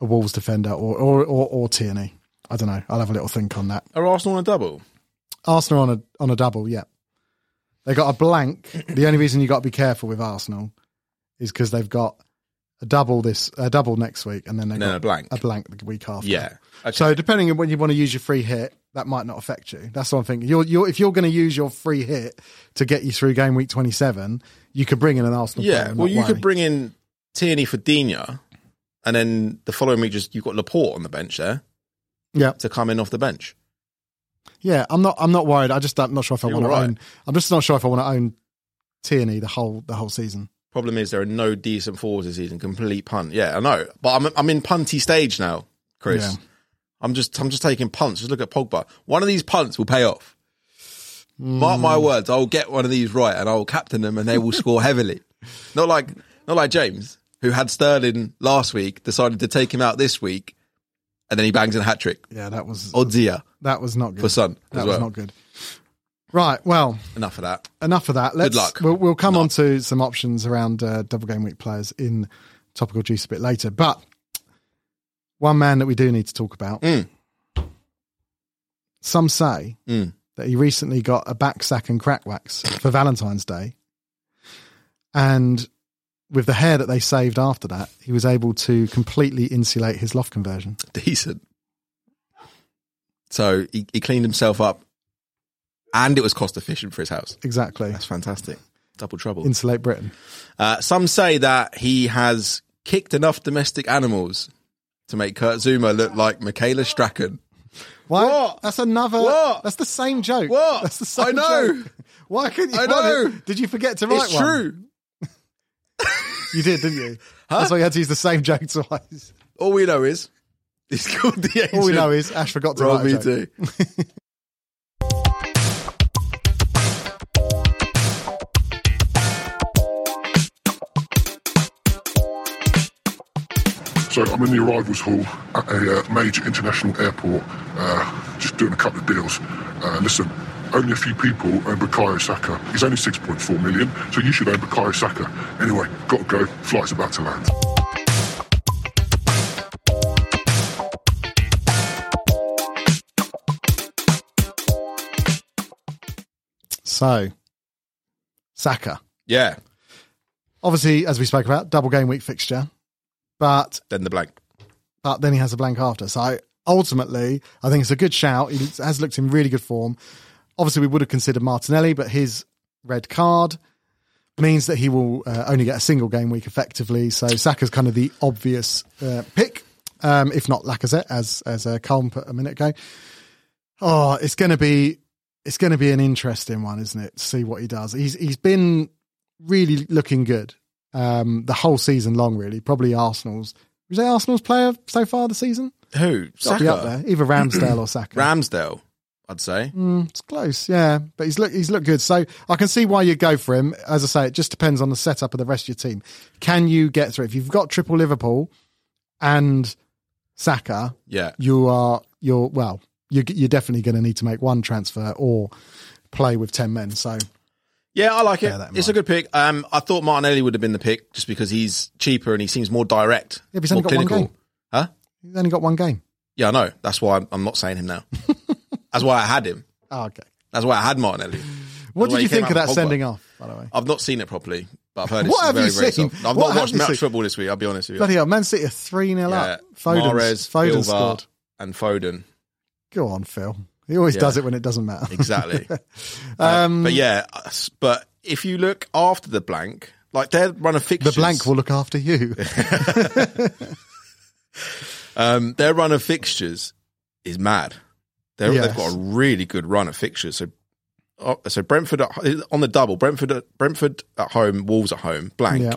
a Wolves defender or or or, or Tierney. I don't know. I'll have a little think on that. Are Arsenal on a double? Arsenal on a on a double, yeah. They got a blank. The only reason you got to be careful with Arsenal is because they've got a double this a double next week, and then they And then got a blank. a blank the week after. Yeah. Okay. So depending on when you want to use your free hit, that might not affect you. That's what I'm thinking. You're, you're if you're going to use your free hit to get you through game week 27, you could bring in an Arsenal. player yeah. and Well, not you worry. could bring in Tierney for Dina, and then the following week, just you've got Laporte on the bench there Yeah, to come in off the bench. yeah. I'm not. I'm not worried. I just. I'm not sure if I You're want right. to own. I'm just not sure if I want to own Tierney the whole the whole season. Problem is, there are no decent forwards this season. Complete punt. Yeah, I know, but I'm I'm in punty stage now, Chris. Yeah. I'm just I'm just taking punts. Just look at Pogba. One of these punts will pay off. Mark my Hmm. words. I will get one of these right, and I will captain them, and they will score heavily. (laughs) Not like not like James, who had Sterling last week, decided to take him out this week, and then he bangs in a hat trick. Yeah, that was Odzia that was not good for Son That as was well. not good. Right. Well, Enough of that. enough of that. Let's, luck. We'll, we'll come on to some options around uh, double game week players in topical juice a bit later. But one man that we do need to talk about. Mm. Some say Mm. that he recently got a back sack and crack wax for Valentine's Day, and with the hair that they saved after that, he was able to completely insulate his loft conversion. (laughs) Decent. So he, he cleaned himself up, and it was cost efficient for his house. Exactly, That's fantastic. Double trouble. insulate Britain. Uh, some say that he has kicked enough domestic animals to make Kurt Zuma look like Michaela Strachan. Why? What? That's another. What? That's the same joke. What? That's the same I know. joke. Why couldn't you? I why know. Did, did you forget to write it's one? true. You did, didn't you? That's why you had to use the same joke (laughs) twice. All we know is he's called the (laughs) agent. All we know is Ash forgot to Roll write me a joke. too. So I'm in the arrivals hall at a uh, major international airport, uh, just doing a couple of deals. Uh, listen, only a few people own Bukayo Saka. He's only 6.4 million, so you should own Bukayo Saka. Anyway, got to go. Flight's about to land. So, Saka. Yeah. Obviously, as we spoke about, double game week fixture, but Then the blank. but then he has a blank after. So ultimately, I think it's a good shout. He has looked in really good form. Obviously, we would have considered Martinelli, but his red card means that he will uh, only get a single game week effectively. So Saka's kind of the obvious uh, pick, um, if not Lacazette, as as uh, Colm put a minute ago. Oh, it's going to be it's going to be an interesting one, isn't it? To see what he does. He's he's been really looking good um, the whole season long, really. Probably Arsenal's. Was that Arsenal's player so far this season? Who? Got to be up there, either Ramsdale or (clears throat) Saka. Ramsdale, I'd say. Mm, it's close, yeah, but he's look he's looked good. So I can see why you go for him. As I say, it just depends on the setup of the rest of your team. Can you get through? If you've got triple Liverpool and Saka, Yeah. you are you're well, you're, you're definitely going to need to make one transfer or play with ten men. So Yeah, I like it. Bear that in It's a good pick. Um, I thought Martinelli would have been the pick just because he's cheaper and he seems more direct, Yeah, but he's more only got one clinical. game. Huh? he's only got one game. Yeah, I know. That's why I'm, I'm not saying him (laughs) now. That's why I had him. Oh, okay. That's why I had What Martinelli. That's why did he you came think of out that with Pogba. sending off? By the way, I've not seen it properly, but I've heard it's What have very, you very seen? soft. I've What not have watched you much seen? football this week. I'll be honest with you. bloody hell, Man City are three 0 yeah. up. Foden, Mahrez, Foden Silva, scored. and Foden. Go on, Phil. He always Yeah. does it when it doesn't matter. (laughs) Exactly. um, but yeah, s- but if you look after the blank, like their run of The fixtures, blank will look after you. (laughs) um, their run of fixtures is mad. They're, Yes. They've got a really good run of fixtures. So, oh, so Brentford at, ho- on the double, Brentford, at, Brentford at home, Wolves at home, blank. yeah.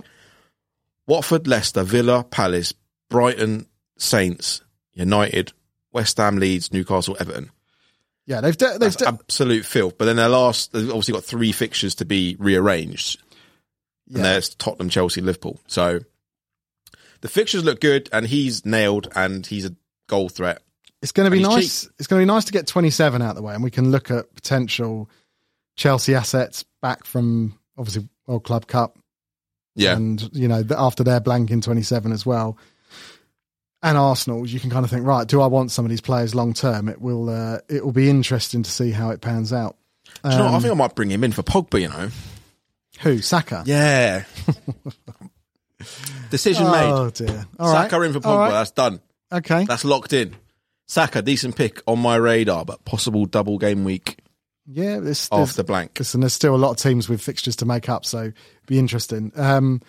Watford, Leicester, Villa, Palace, Brighton, Saints, United, West Ham, Leeds, Newcastle, Everton. Yeah, they've de- they've That's de- absolute filth. But then their last, they've obviously got three fixtures to be rearranged. Yeah. And there's Tottenham, Chelsea, Liverpool. So the fixtures look good, and he's nailed, and he's a goal threat. it's going to be and he's nice. It's going to be nice to get 27 out of the way, and we can look at potential Chelsea assets back from obviously World Club Cup, Yeah, and you know the- after their blank in 27 as well. And Arsenal's, you can kind of think, right? Do I want some of these players long term? It will. Uh, it will be interesting to see how it pans out. Do you know, Um, what? I think I might bring him in for Pogba. You know, Who Saka? yeah. (laughs) Decision made. Oh dear. All right. Saka in for All Pogba. right. That's done. Okay. That's locked in. Saka, decent pick on my radar, but possible double game week Yeah. This, this, after blank. Listen, there's still a lot of teams with fixtures to make up, so it'd be interesting. Um,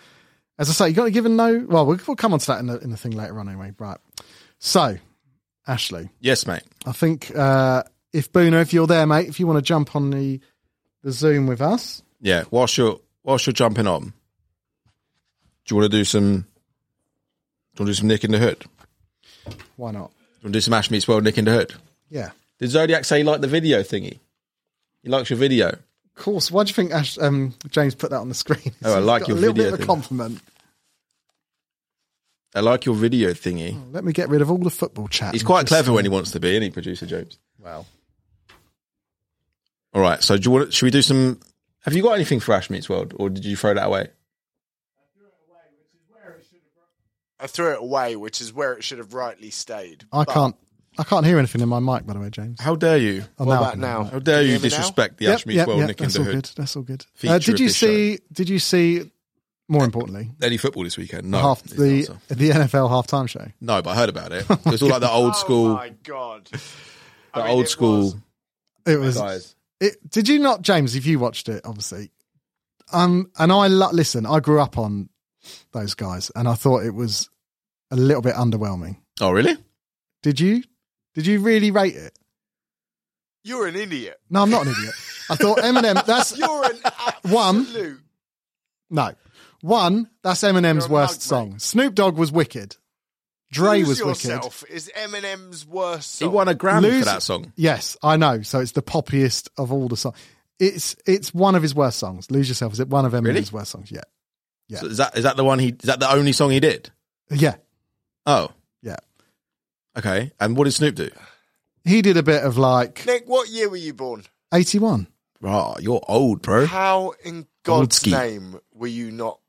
as I say, you got to give a no. Well, we'll, we'll come on to that in the, in the thing later on, anyway. Right. So, Ashley, Yes, mate. I think uh, if Boona, if you're there, mate, if you want to jump on the the Zoom with us, Yeah. Whilst you're whilst you're jumping on, do you want to do some? Do you want to do some Nick in the Hood? Do why not? you want to do some Ash meets World Nick in the Hood? Yeah. Did Zodiac say he liked the video thingy? He likes your video. Of course. Why do you think Ash, um, James put that on the screen? Oh, I He's like got your a little video bit of a thing. compliment. I like your video thingy. Let me get rid of all the football chat. He's and quite just- clever when he wants to be, isn't he, producer James? Well, All right. So do you want? Should we do some? Have you got anything for Ash meets World, or did you throw that away? I threw it away, which is where it should have rightly stayed. I But- can't. I can't hear anything in my mic, by the way, James. How dare you? Oh, What I about can. now? How dare Can you hear me now? disrespect the Yep, Ash meets yep, World yep, Nick in that's the all Hood? good. That's all good. Feature Uh, did of you this see? Did you see? More importantly, Any football this weekend? No. half is the the answer. the NFL halftime show. no, but I heard about it. It was all like the old school, Oh my god. (laughs) the I mean, old it school was- It was. guys. It, did you not, James? If you watched it, obviously. Um, and I lo- listen. I grew up on those guys, and I thought it was a little bit underwhelming. Oh, really? Did you? Did you really rate it? You're an idiot. No, I'm not an idiot. I (laughs) thought Eminem. That's You're an One. absolute. no one. That's Eminem's You're a worst mug, song. mate. Snoop Dogg was wicked. Dre Lose was wicked. yourself is Eminem's worst. He Song. won a Grammy Lose- for that song. Yes, I know. So it's the poppiest of all the songs. It's it's one of his worst songs. Lose yourself. Is it one of Eminem's Really? worst songs? Yeah, Yeah. So is that is that the one he? Is that the only song he did? yeah, Oh, yeah. okay. And what did Snoop do? He did a bit of like Nick, what year were you born? 81. Oh, you're old, bro. How in God's ski. name were you not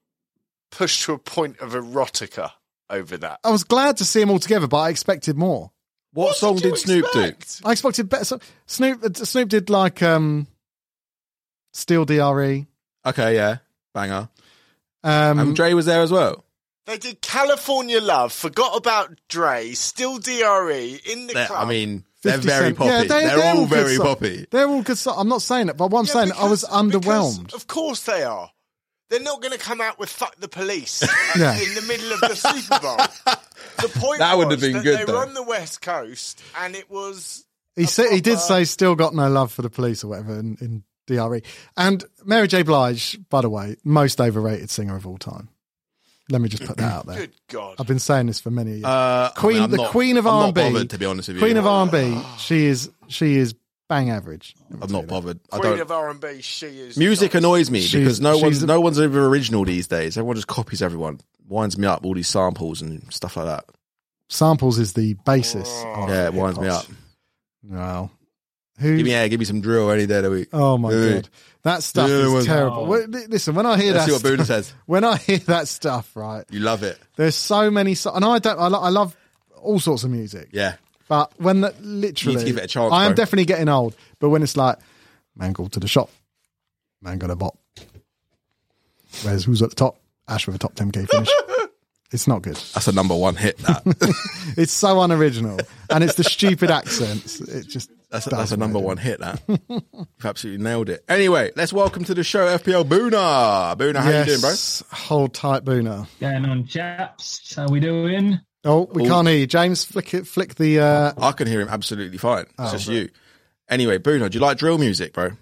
pushed to a point of erotica over that? I was glad to see him all together, but I expected more. What, song you did Snoop do? expect? I expected better. So Snoop uh, Snoop did like um, Steel DRE. Okay, yeah, banger. Um, And Dre was there as well. They did California Love, forgot about Dre, still DRE in the They're- club. I mean, they're 50 very Cent. poppy. Yeah, they're, all good very so- poppy. They're all good. So- I'm not saying it, but what I'm Yeah, saying, I was because- underwhelmed. because Of course they are. They're not going to come out with "fuck the police" (laughs) Yeah. in the middle of the Super (laughs) Bowl. the point That was would have been that good, They though. were on the West Coast, and it was He said he did proper- say still got no love for the police or whatever in, in DRE. And Mary J. Blige, by the way, most overrated singer of all time. Let me just put that out there. good God. I've been saying this for many years. Uh, I Queen, mean, I'm the not- Queen of I'm R not and B. bothered, to be honest with Queen you. of R and B. She is she is bang average. I'm not bothered. I Queen don't. of R and B. She is Music not- annoys me She's- because no she's one's a- no one's ever original these days. Everyone just copies everyone, winds me up. All these samples and stuff like that. Samples is the basis. of yeah, it winds me up. hip-hop. Well, who? Give me yeah, give me some drill any day of the week. oh my Hey. god, that stuff Yeah, well- is terrible. Well, li- Listen, when I hear Let's that, see what Buddha stuff, says. (laughs) when I hear that stuff, right? You love it, There's so many, so- and I don't. I, lo- I love all sorts of music, yeah. but when the, literally, give it a chance, I am bro. definitely getting old. But when it's like, man, go to the shop, man, got a bop. Whereas who's at the top? Ash with a top 10k (laughs) finish. it's not good. That's a number one (laughs) hit. That It's so unoriginal, and it's the stupid accents. It just that's a, does that's a what number it is. one hit. That You've absolutely nailed it. Anyway, let's welcome to the show FPL Boona. Boona, how you doing, bro? Yes. Hold tight, Boona. Going on, chaps. How we doing? Oh, we can't hear you. James, flick it, flick the. Uh, I can hear him absolutely fine. It's Oh, just you. Anyway, Bruno, do you like drill music, bro? Of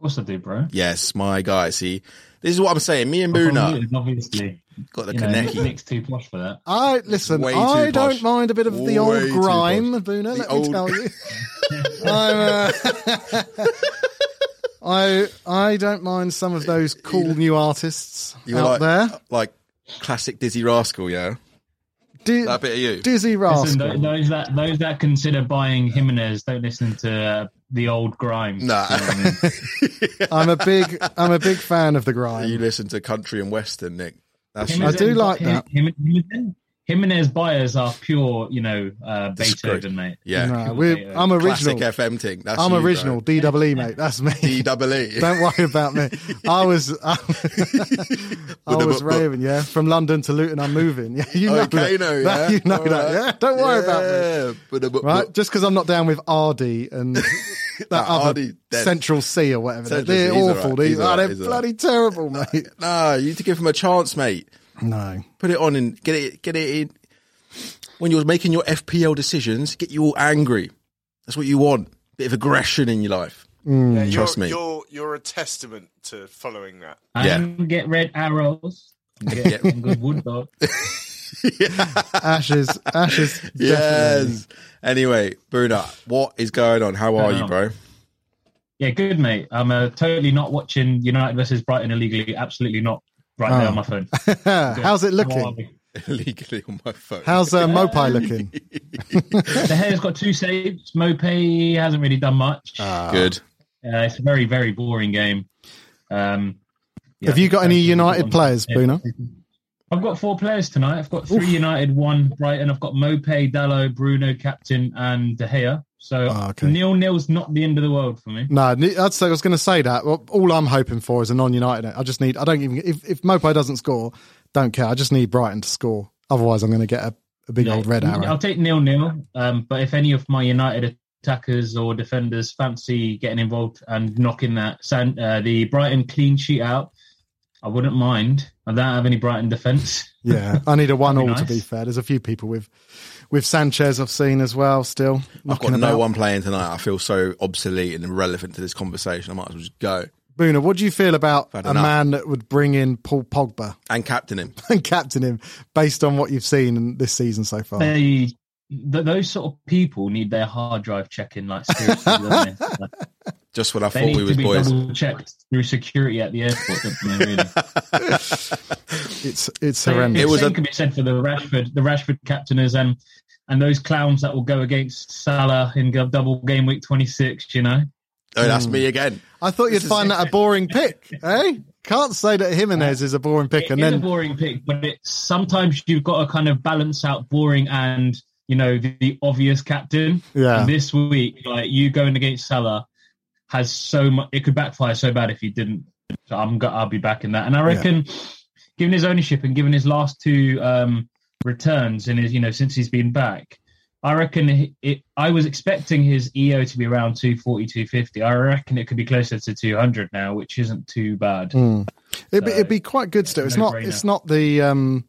course I do, bro. Yes, my guy. See, this is what I'm saying. Me and Oh, Bruno Unmuted, Obviously, got the you know, Kaneki. Nick's too posh for that. I listen. Way too I don't posh. mind a bit of the Way old too grime, posh. Boona. The Let old- me tell (laughs) you, I'm. Uh, I uh, (laughs) I don't mind some of those cool new artists You're out like, there. like classic Dizzy Rascal, yeah. Di- That bit of you. Dizzy Listen, Rascal. tho- those that those that consider buying Jimenez don't listen to uh, the old um, grime. Nah, (laughs) I'm a big I'm a big fan of the you grime. listen to country and western, Nick. (laughs) That's I do like that. Jim- Jimenez- Jimenez buyers are pure, you know, uh, Disgrace. Beethoven, mate. yeah. Nah, we're- Uh, I'm Classic original. FM thing. That's I'm you, original. Bro. D double E mate. That's me. (laughs) D double (laughs) E. (laughs) Don't worry about me. I was (laughs) I, I the was book, book. raving, yeah. From London to Luton, I'm moving. (laughs) Yeah, you know Okay, that. no, yeah. That- you know All that. right. Yeah, don't worry about me. But, but, Right, just because I'm not down with RD (laughs) and that other RD, dead. Central C or whatever. Central they're C, he's awful. alright, These he's are alright, they're he's bloody terrible, (laughs) mate. Nah, you need to give him a chance, mate. No, put it on and get it get it in when you're making your FPL decisions, get you all angry. That's what you want. Bit of aggression in your life. Yeah, you're, Trust me. You're you're a testament to following that. And get red arrows. Get Yeah. some good (laughs) wood, dog. Ashes, Ashes. definitely. (laughs) Yes. Anyway, Bruno, what is going on? How are you, bro? (laughs) Yeah, good, mate. I'm uh, totally not watching United versus Brighton illegally. Absolutely not. Right Oh. there on my phone. (laughs) How's it How are looking? we? Illegally on my phone. How's uh, Mopai (laughs) looking? De Gea's got two saves. Mopey hasn't really done much. Ah. Uh, good? it's a very, very boring game. Um, yeah, Have you got any United players, Yeah. Buna? I've got four players tonight. I've got three United, one Brighton. I've got Mopey, Dallo, Bruno, captain, and De Gea. So Ah, okay. nil nil's not the end of the world for me. No, ne- I'd say, I was going to say that. Well, all I'm hoping for is a non-United. I just need. I don't even. If, if Mopo doesn't score, don't care. I just need Brighton to score. Otherwise, I'm going to get a, a big old red I'll arrow. take nil nil. Um, but if any of my United attackers or defenders fancy getting involved and knocking that San, uh, the Brighton clean sheet out, I wouldn't mind. I don't have any (laughs) Brighton defence. (laughs) Yeah, I need a one-all That'd to be be nice. fair. There's a few people with with Sanchez I've seen as well. Still, I've got knocking no about. one playing tonight. I feel so obsolete and irrelevant to this conversation. I might as well just go Boona, what do you feel about Had a enough. man that would bring in Paul Pogba (laughs) and captain him. and captain him based on what you've seen this season so far? They, th- those sort of people need their hard drive checking like seriously. (laughs) don't they? Like, Just when I they thought need we was to be boys. double checked through security at the airport. Don't (laughs) they, really? It's it's Same- horrendous. It was same a- can be said for the Rashford, the Rashford captain is um, and those clowns that will go against Salah in g- double game week 26, you know? Oh, that's me again. I thought you'd find that a boring pick, eh? Can't say that Jimenez is a boring pick, It's and a then boring pick, but it, sometimes you've got to kind of balance out boring and, you know, the, the obvious captain. Yeah. And this week, like, you going against Salah has so much, it could backfire so bad if you didn't. So I'm go- I'll be back in that. And I reckon, given his ownership and given his last two um, returns and his, you know, since he's been back, I reckon it, it. I was expecting his EO to be around 240, 250. I reckon it could be closer to 200 now, which isn't too bad. Hmm. it'd, be, So, it'd be quite good still. It's not. no-brainer. It's not the. Um,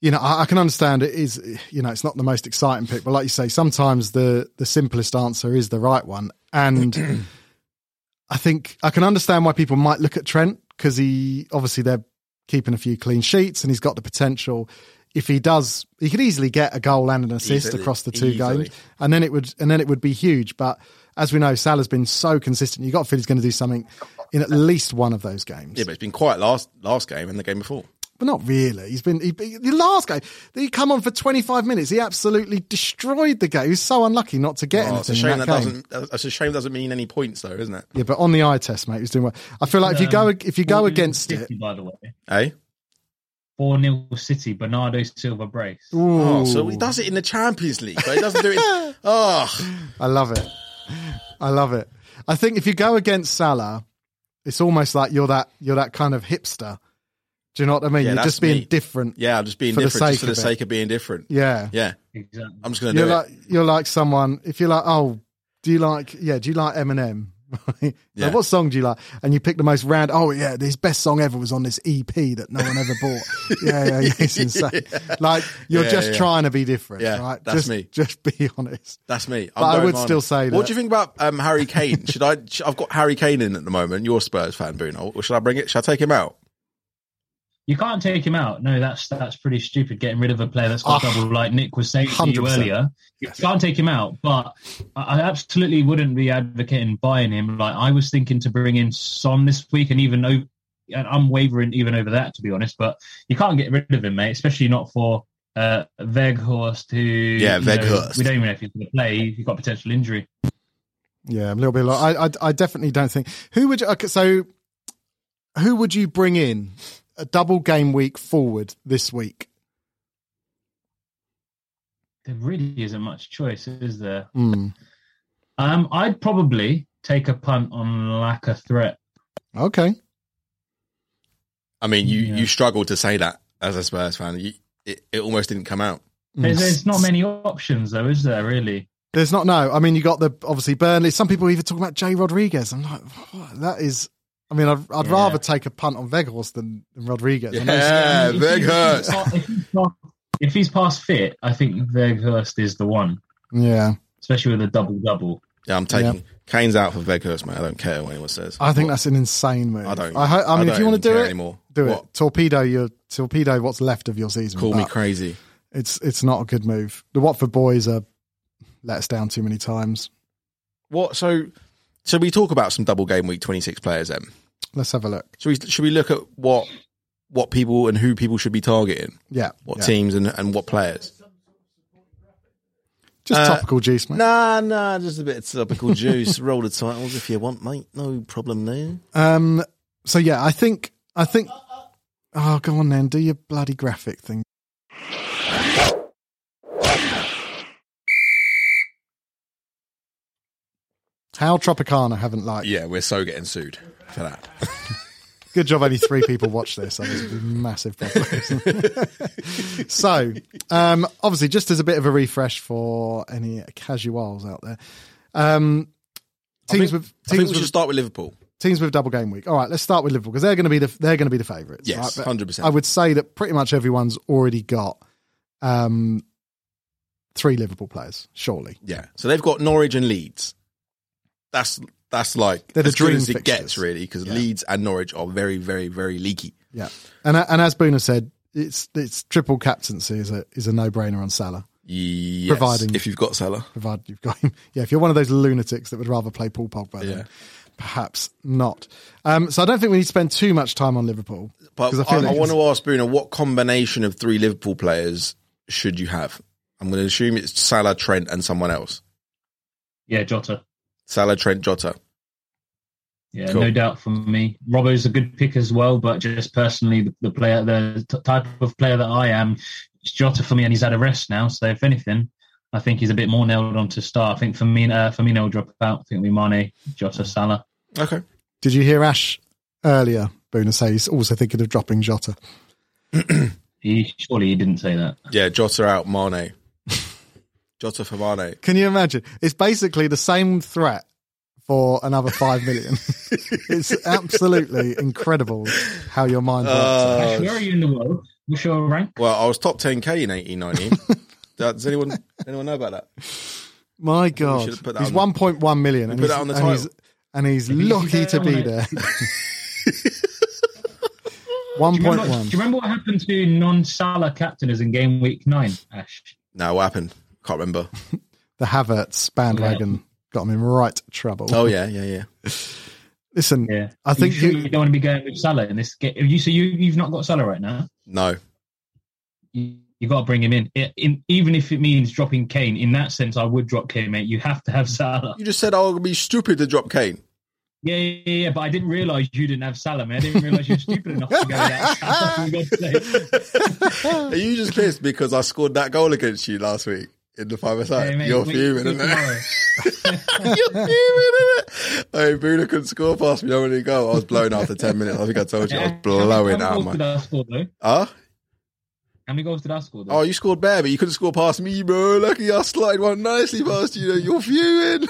you know, I, I can understand it is. You know, it's not the most exciting pick, but like you say, sometimes the the simplest answer is the right one, and (clears throat) I think I can understand why people might look at Trent because he obviously they're keeping a few clean sheets and he's got the potential. If he does, he could easily get a goal and an assist Easily, across the two easily. games, and then it would and then it would be huge. But as we know, Salah's been so consistent. You got to feel he's going to do something in at least one of those games. Yeah, but it's been quiet last last game and the game before. But not really. He's been he, he- the last game. He come on for twenty five minutes. He absolutely destroyed the game. He was so unlucky not to get Oh, anything. it's a in shame that that, game. doesn't. It's a shame that doesn't mean any points though, isn't it? Yeah, but on the eye test, mate, he was doing well. I feel like if you go if you go against it, 50, by the way. Eh? 4 0 City, Bernardo Silva brace. Oh, so he does it in the Champions League, but he doesn't (laughs) do it. Oh, I love it. I love it. I think if you go against Salah, it's almost like you're that you're that kind of hipster. Do you know what I mean? Yeah, you're that's just being me. different. yeah, I'm just being For the different, sake just for the of it. sake of being different. Yeah. Yeah, Exactly. I'm just gonna You're do like you're like someone. If you're like, oh, do you like? Yeah, do you like Eminem? (laughs) Like, Yeah. What song do you like? And you pick the most rad. Oh yeah, his best song ever was on this EP that no one ever (laughs) bought. yeah, yeah, yeah, it's insane. Like you're Yeah, just yeah. trying to be different, Yeah, right? that's just, me. Just be (laughs) honest. That's me. But I'm I going would Varney. still say that- What do you think about (laughs) um, Harry Kane? should I? sh- I've got Harry Kane in at the moment. You're a Spurs fan, Bruno. Or should I bring it? Should I take him out? You can't take him out. No, that's that's pretty stupid. Getting rid of a player that's got Ah, Oh, double, like Nick was saying to you 100%. earlier. You can't take him out, but I I absolutely wouldn't be advocating buying him. Like I was thinking to bring in Son this week, and even over, and I'm wavering even over that to be honest. But you can't get rid of him, mate. Especially not for uh, Veghorst, who Yeah, you know, Weghorst. we don't even know if he's going to play. He's got potential injury. Yeah, I'm a little bit. Like, I, I I definitely don't think who would you, okay, so who would you bring in a double game week forward this week? There really isn't much choice, is there? Hmm. Um, I'd probably take a punt on lack of threat. Okay, I mean, you Yeah. you struggled to say that as a Spurs fan. You, it, it almost didn't come out. Hmm. There's, there's not many options, though, is there? Really? There's not no. I mean, you got the obviously Burnley. Some people even talking about Jay Rodriguez. I'm like, what? that is. I mean, I'd, I'd Yeah. rather take a punt on Vegas than, than Rodriguez. I know- (laughs) Yeah, If he's- Veghurst. If he's past- if he's past fit, I think Veghurst is the one, yeah. especially with a double double. Yeah, I'm taking Kane's out for Veghurst, man. I don't care what anyone says. I think that's an insane move. I don't. I, ho- I mean, don't if you want even to do care it, anymore, do What? it. Torpedo your torpedo. What's left of your season? Call me but crazy. It's it's not a good move. The Watford boys are let us down too many times. What? So, so we talk about some double game week 26 players then. Let's have a look. Should we should we look at what what people and who people should be targeting? Yeah. What yeah. teams and, and what players? Just Uh, topical juice, mate. Nah, nah, just a bit of topical (laughs) juice. Roll the titles if you want, mate. No problem there. Um. So yeah, I think I think. Oh, go on then. Do your bloody graphic thing. How Tropicana haven't liked. Yeah, we're so getting sued for (laughs) that. Good job, only three people watch this. That was a massive problem. (laughs) so, um, obviously, just as a bit of a refresh for any casuals out there, um, teams with I think teams we with should start with Liverpool. teams with double game week. All right, let's start with Liverpool because they're going to be the they're going to be the favourites. Yes, right? But 100%. I would say that pretty much everyone's already got um, three Liverpool players. Surely, Yeah. So they've got Norwich and Leeds. That's that's like They're the as good dream as it fixtures. gets really because Leeds and Norwich are very very very leaky. yeah. And and as Boona said, it's it's triple captaincy is a is a no brainer on Salah, Yes, Providing- if you've got Salah. provided you've got him. Yeah, if you're one of those lunatics that would rather play Paul Pogba, Yeah. then perhaps not. Um, so I don't think we need to spend too much time on Liverpool. But 'cause I, feel I, like want to ask Bruno, what combination of three Liverpool players should you have? I'm going to assume it's Salah, Trent, and someone else. Yeah, Jota. Salah, Trent, Jota. Yeah, Cool. no doubt from me. Robbo's a good pick as well, but just personally, the, the player, the t- type of player that I am, it's Jota for me, and he's had a rest now. So if anything, I think he's a bit more nailed on to start. I think for me, uh, for me, will drop out. I think it'll be Mane, Jota, Salah. Okay. Did you hear Ash earlier? Boona say he's also thinking of dropping Jota. He surely he didn't say that. Yeah, Jota out, Mane. (laughs) Jota for Mane. Can you imagine? It's basically the same threat for another five (laughs) million. it's absolutely incredible how your mind works. Uh, Where are you in the world? What's your rank? well, I was top 10k in (laughs) 1890. Does anyone anyone know about that? My should God, have put that he's on- one point one million, and put he's, that on the and he's, title. and he's you lucky said to I be wanna- (laughs) there. One Do you, point remember, one. do you remember what happened to non-Salah captainers in game week nine, Ash? No, what happened? Can't remember. The Havertz bandwagon got him in right trouble. Oh, yeah, yeah, yeah. Listen, Yeah, I think you, sure you- (laughs) you don't want to be going with Salah in this game. You so you you've not got Salah right now. No. you you got to bring him in. I- in. Even if it means dropping Kane, in that sense, I would drop Kane, mate. You have to have Salah. You just said I would be stupid to drop Kane. Yeah, yeah, yeah. yeah, But I didn't realise you didn't have Salah, man. I didn't realise you were stupid enough to go (laughs) (laughs) without Salah. For God's sake. Are you just pissed because I scored that goal against you last week in the five aside? Hey, mate, You're wait- fuming, wait isn't it? (laughs) tomorrow. You're fuming, isn't it? Hey, Buddha couldn't score past me. I really go. I was blown after 10 minutes. I think I told you. (laughs) I was How blowing many out of goals my. did I score, though? Huh? How many goals did I score, Oh, though? you scored bare, but you couldn't score past me, bro. Lucky I slide one nicely past you. You're fuming.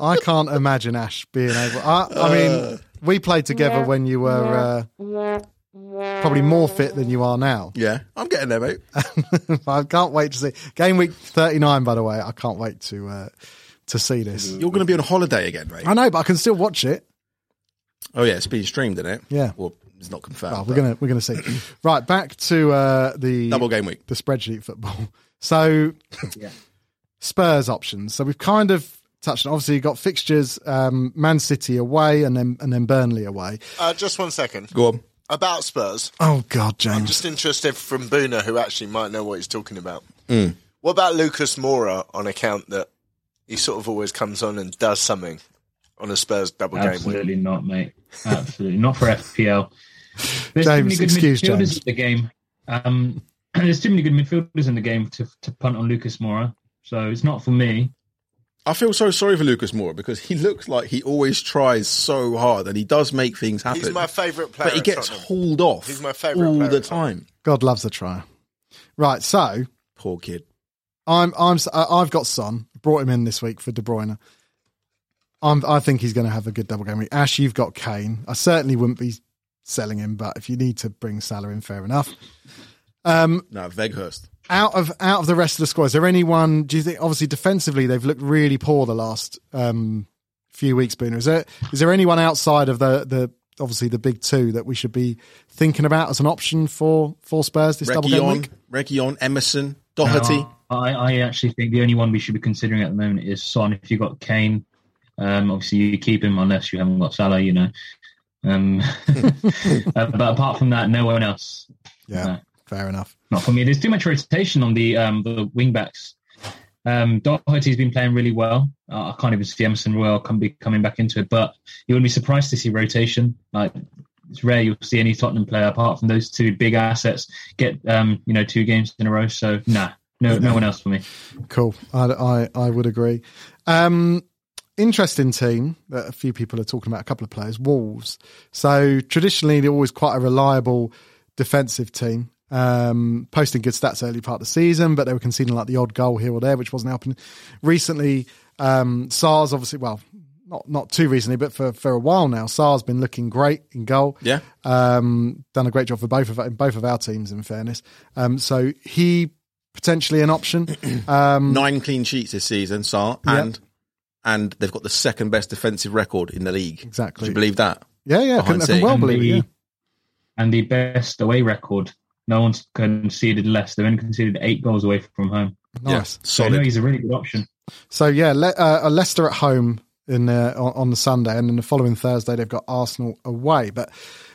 I can't imagine Ash being able. I, Uh, I mean, we played together when you were uh, probably more fit than you are now. Yeah, I'm getting there, mate. (laughs) I can't wait to see game week thirty nine. By the way, I can't wait to uh, to see this. You're going to be on holiday again, mate. I know, but I can still watch it. Oh, yeah, it's being streamed, isn't it? Yeah. Well, it's not confirmed. Oh, but we're gonna we're (clears throat) gonna see. Right back to uh, the Double game week. the spreadsheet football. (laughs) So Yeah. Spurs options. So we've kind of touched on. Obviously, you've got fixtures: um, Man City away, and then and then Burnley away. Uh, just one second. Go on. About Spurs. Oh God, James. Just interested from Boona, who actually might know what he's talking about. Hmm. What about Lucas Mora on account that he sort of always comes on and does something on a Spurs double game week? Absolutely not, mate. Absolutely not for FPL. There's James, excuse midfielders James. in the game. Um, (clears throat) there's too many good midfielders in the game to to punt on Lucas Moura. So it's not for me. I feel so sorry for Lucas Moore because he looks like he always tries so hard and he does make things happen. He's my favourite player. but he at gets Tottenham. hauled off He's my favourite all player the at Tottenham. time. God loves a try. Right, so Poor kid. I'm I'm s- I- I've got Son. Brought him in this week for De Bruyne. I'm, I think he's going to have a good double game week. Ash, you've got Kane. I certainly wouldn't be selling him, but if you need to bring Salah in, fair enough. No, Veghurst. out of out of the rest of the squad, is there anyone? Do you think? Obviously, defensively, they've looked really poor the last um, few weeks. Booner, is there is there anyone outside of the the obviously the big two that we should be thinking about as an option for for Spurs this double game Reguilon, week? Reguilon, Emerson, Doherty. I, I actually think the only one we should be considering at the moment is Son. If you've got Kane, um, obviously you keep him unless you haven't got Salah, you know. Um, (laughs) uh, but apart from that, no one else. Yeah, No. fair enough. not for me. There's too much rotation on the um, the wing backs. Um, Doherty's been playing really well. Uh, I can't even see Emerson Royal come be coming back into it, but you wouldn't be surprised to see rotation. Like it's rare you'll see any Tottenham player apart from those two big assets get um, you know two games in a row. So nah, no no one else for me. Cool. I, I, I would agree. Um, interesting team that a few people are talking about, a couple of players, Wolves. So traditionally, they're always quite a reliable defensive team, um, posting good stats early part of the season, but they were conceding like the odd goal here or there, which wasn't helping. Recently, um, SARS obviously, well, not, not too recently, but for, for a while now, SAR's been looking great in goal Yeah. um, done a great job for both of in both of our teams. In fairness, um, so he potentially an option. Um, Nine clean sheets this season, Sar. Yep. And and they've got the second best defensive record in the league. Exactly. Do you believe that? yeah, yeah, I can, Behind I can City. well And believe it. the- Yeah. And the best away record. No one's conceded less. They've only conceded eight goals away from home. Nice. Yeah. So I know Solid. he's a really good option. So yeah, Le- uh, uh, Leicester at home in uh, on, on the Sunday, and then the following Thursday they've got Arsenal away. But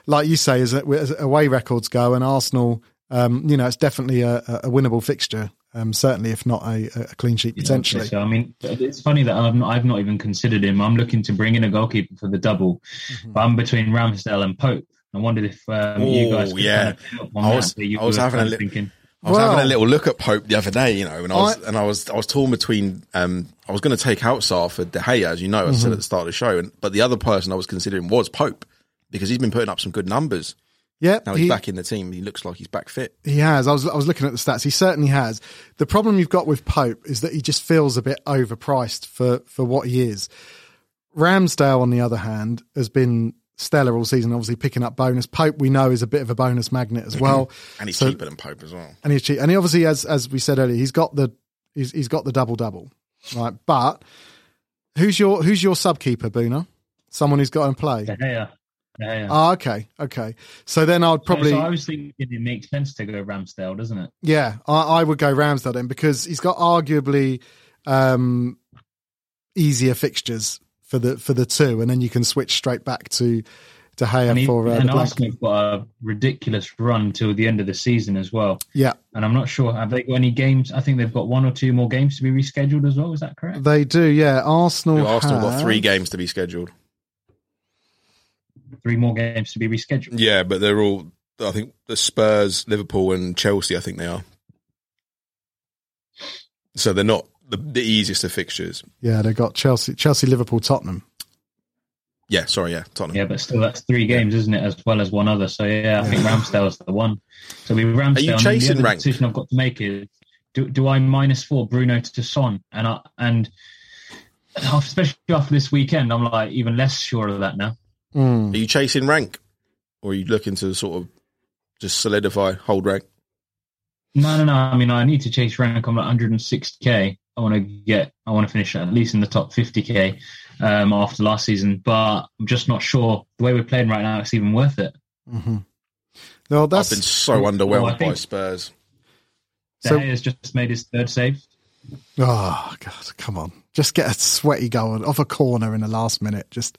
like you uh, say, as, as away records go, and Arsenal, um, you know, it's definitely a, a a winnable fixture. Um, certainly, if not a, a clean sheet, potentially. So, I mean, it's funny that I've not, I've not even considered him. I'm looking to bring in a goalkeeper for the double, Mm-hmm. but I'm between Ramsdale and Pope. I wondered if um, you guys Ooh, could yeah. kind of pick up on I that, was- that you I was were having a kind of li- thinking. I was Well- having a little look at Pope the other day, you know, and I was I- and I was I was torn between um I was going to take out Sar for De Gea, as you know, I said at the start of the show, and but the other person I was considering was Pope because he's been putting up some good numbers. Yeah, Now he's he, back in the team. He looks like he's back fit. he has. I was I was looking at the stats. He certainly has. The problem you've got with Pope is that he just feels a bit overpriced for for what he is. Ramsdale, on the other hand, has been stellar all season. Obviously, picking up bonus. Pope, we know, is a bit of a bonus magnet as (clears throat) well. And he's So- cheaper than Pope as well. and he's cheap. And he obviously, as as we said earlier, he's got the he's, he's got the double double, right? But who's your who's your sub keeper, Boona? Someone who's got in play. De Gea. De Gea. Ah, okay, okay. So then I'd So- probably So I was thinking it makes sense to go Ramsdale, doesn't it? yeah, I, I would go Ramsdale then because he's got arguably um, easier fixtures for the for the two, and then you can switch straight back to De Gea and he- for uh, the and blank. Arsenal have got a ridiculous run till the end of the season as well. Yeah, And I'm not sure have they got any games? I think they've got one or two more games to be rescheduled as well. Is that correct? they do. Yeah, Arsenal. Arsenal got have- three games to be scheduled. Three more games to be rescheduled. Yeah, but they're all. I think the Spurs, Liverpool, and Chelsea. I think they are. So they're not the, the easiest of fixtures. Yeah, they got Chelsea, Chelsea, Liverpool, Tottenham. Yeah, sorry, yeah, Tottenham. Yeah, but still, that's three games, isn't it? As well as one other. So yeah, I think Ramsdale's the one. So we Ramsdale. and then chasing the other rank? decision I've got to make is: do, do I minus four Bruno to Son? And I, and especially after this weekend, I'm like even less sure of that now. Mm. Are you chasing rank, or are you looking to sort of just solidify, hold rank? No, no, no. I mean, I need to chase rank. I'm at 106k. I want to get. I want to finish at least in the top 50k um, after last season. But I'm just not sure the way we're playing right now. It's even worth it. Mm-hmm. Well, that's I've been so underwhelmed Well, I by think- Spurs. So- So, has just made his third save. oh god, come on, just get a sweaty goal off a corner in the last minute. Just,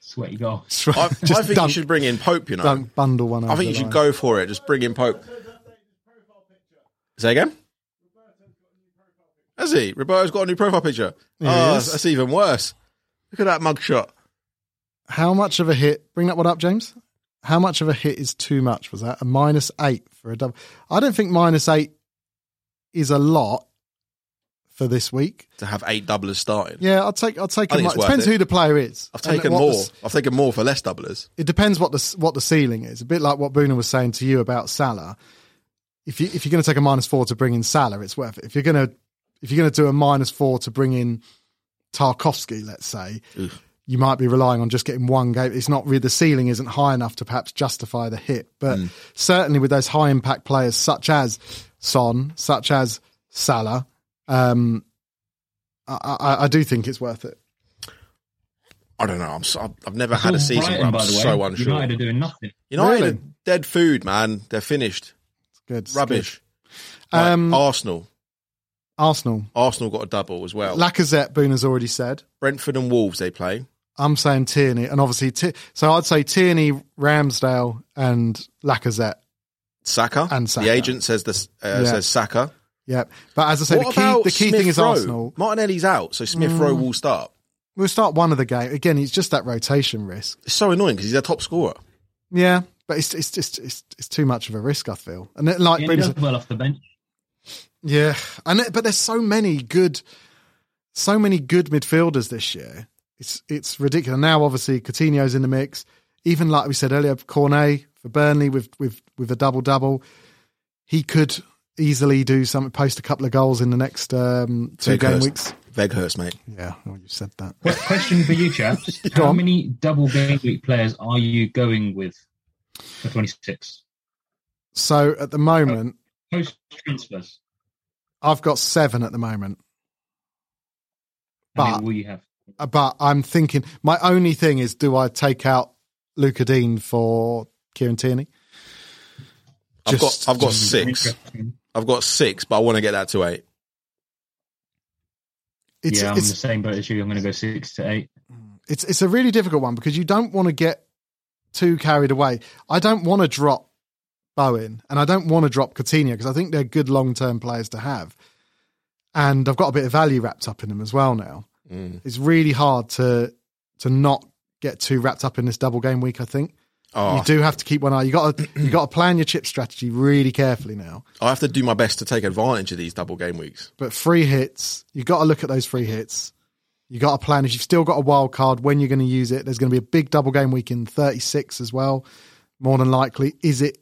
Sweaty goal. (laughs) just I, I think dunk, you should bring in Pope. You know, dunk, bundle one. I think you should go for it. Just bring in Pope. Say again. Has he? Roberto's got a new profile picture. Oh, is. that's even worse. Look at that mugshot. How much of a hit? Bring that one up, James. How much of a hit is too much? Was that a minus eight for a double? I don't think minus eight is a lot for this week. To have eight doublers starting. Yeah, I'll take. I'll take. I A, think mi- it's it worth depends it. who the player is. I've and taken what the more. s- I've taken more for less doublers. it depends what the what the ceiling is. A bit like what Boona was saying to you about Salah. If you if you're going to take a minus four to bring in Salah, it's worth it. If you're going to if you're going to do a minus four to bring in Tarkovsky, let's say, you might be relying on just getting one game. It's not really the ceiling isn't high enough to perhaps justify the hit. But certainly with those high impact players such as Son, such as Salah, um, I, I, I do think it's worth it. I don't know. I'm so, I've- I've never had a season Brighton, where I'm by the way. so unsure. United are doing nothing. United Really? are dead food, man. They're finished. Good it's Rubbish. good. Like, Um, Arsenal. Arsenal, Arsenal got a double as well. Lacazette, Boona's already said. Brentford and Wolves they play. I'm saying Tierney, and obviously, Ti- so I'd say Tierney, Ramsdale, and Lacazette. Saka. And Saka. The agent says this uh, Yeah. says Saka. Yep. But as I say, the key, the key thing is Smith-Rowe? Arsenal. Mm. Martinelli's out, so Smith Rowe will start. We'll start one of the game again. It's just that rotation risk. It's so annoying because he's their top scorer. Yeah, but it's it's just it's, it's too much of a risk. I feel, and it, Uh, like Yeah, Bruno he said- does well off (laughs) the bench. yeah, and it, but there's so many good, so many good midfielders this year. It's it's ridiculous. Now, obviously, Coutinho's in the mix. Even like we said earlier, Cornet for Burnley with with with a double double. he could easily do something, post a couple of goals in the next um, two Veghurst. game weeks. Veghurst, mate. Yeah, well, you said that. Qu- Question for (laughs) you, chaps: How on. many double game week players are you going with for 26 So at the moment, post transfers? I've got seven at the moment, How many But- will you have? Uh, but I'm thinking my only thing is, do I take out Luca Dean for Kieran Tierney? I've Just- got I've got just- six. I've got six, but I want to get that to eight. It's yeah, um, I'm in the it's, same boat as you. I'm going to go six to eight. it's it's a really difficult one because you don't want to get too carried away. I don't want to drop Bowen, and I don't want to drop Coutinho because I think they're good long term players to have. And I've got a bit of value wrapped up in them as well now. Mm. It's really hard to to not get too wrapped up in this double game week. I think Oh, you do have to keep one eye. You got to (clears throat) you got to plan your chip strategy really carefully now. I have to do my best to take advantage of these double game weeks. But free hits, you got to look at those free hits. You got to plan if you've still got a wild card when you're going to use it. There's going to be a big double game week in 36 as well. More than likely, is it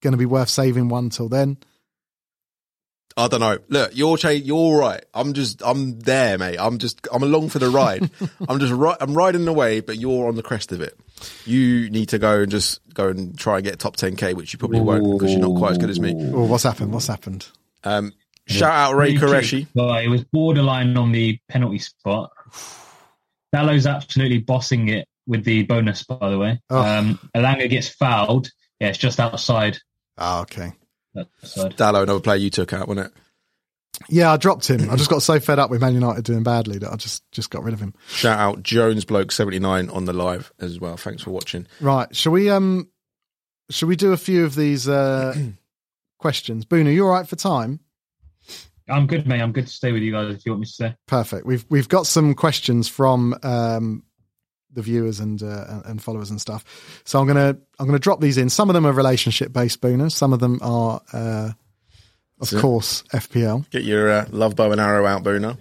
going to be worth saving one till then? I don't know. Look, you're cha- you're right. I'm just I'm there, mate. I'm just I'm along for the ride. I'm just ri- I'm riding the wave, but you're on the crest of it. You need to go and just go and try and get top 10k, which you probably won't because you're not quite as good as me. Oh, what's happened? What's happened? Um, shout out Ray Koreshi. Well, it was borderline on the penalty spot. Dallow's absolutely bossing it with the bonus, by the way. Oh. Um, Alanga gets fouled. Yeah, it's just outside. Ah, okay. outside. Dallo, another player you took out, wasn't it? Yeah, I dropped him. I just got so fed up with Man United doing badly that I just just got rid of him. Shout out Jones Bloke 79 on the live as well. Thanks for watching. Right. Shall we um shall we do a few of these uh (clears throat) questions? Boone, are you all right for time? I'm good, mate. I'm good to stay with you guys if you want me to stay. Perfect. We've we've got some questions from um, the viewers and, uh, and and followers and stuff. So I'm gonna I'm gonna drop these in. Some of them are relationship based bonus. Some of them are, uh, of So- course, FPL. Get your uh, love bow and arrow out, Boona.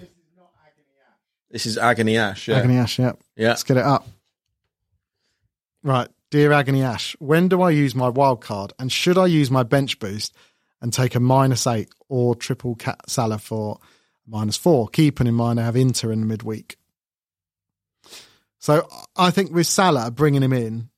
This is Agony Ash. Yeah. Agony Ash. Yeah. yeah. Let's get it up. Right, dear Agony Ash. When do I use my wild card, and should I use my bench boost and take a minus eight or triple cat Salah for minus four? Keeping in mind I have Inter in the midweek. So I think with Salah bringing him in,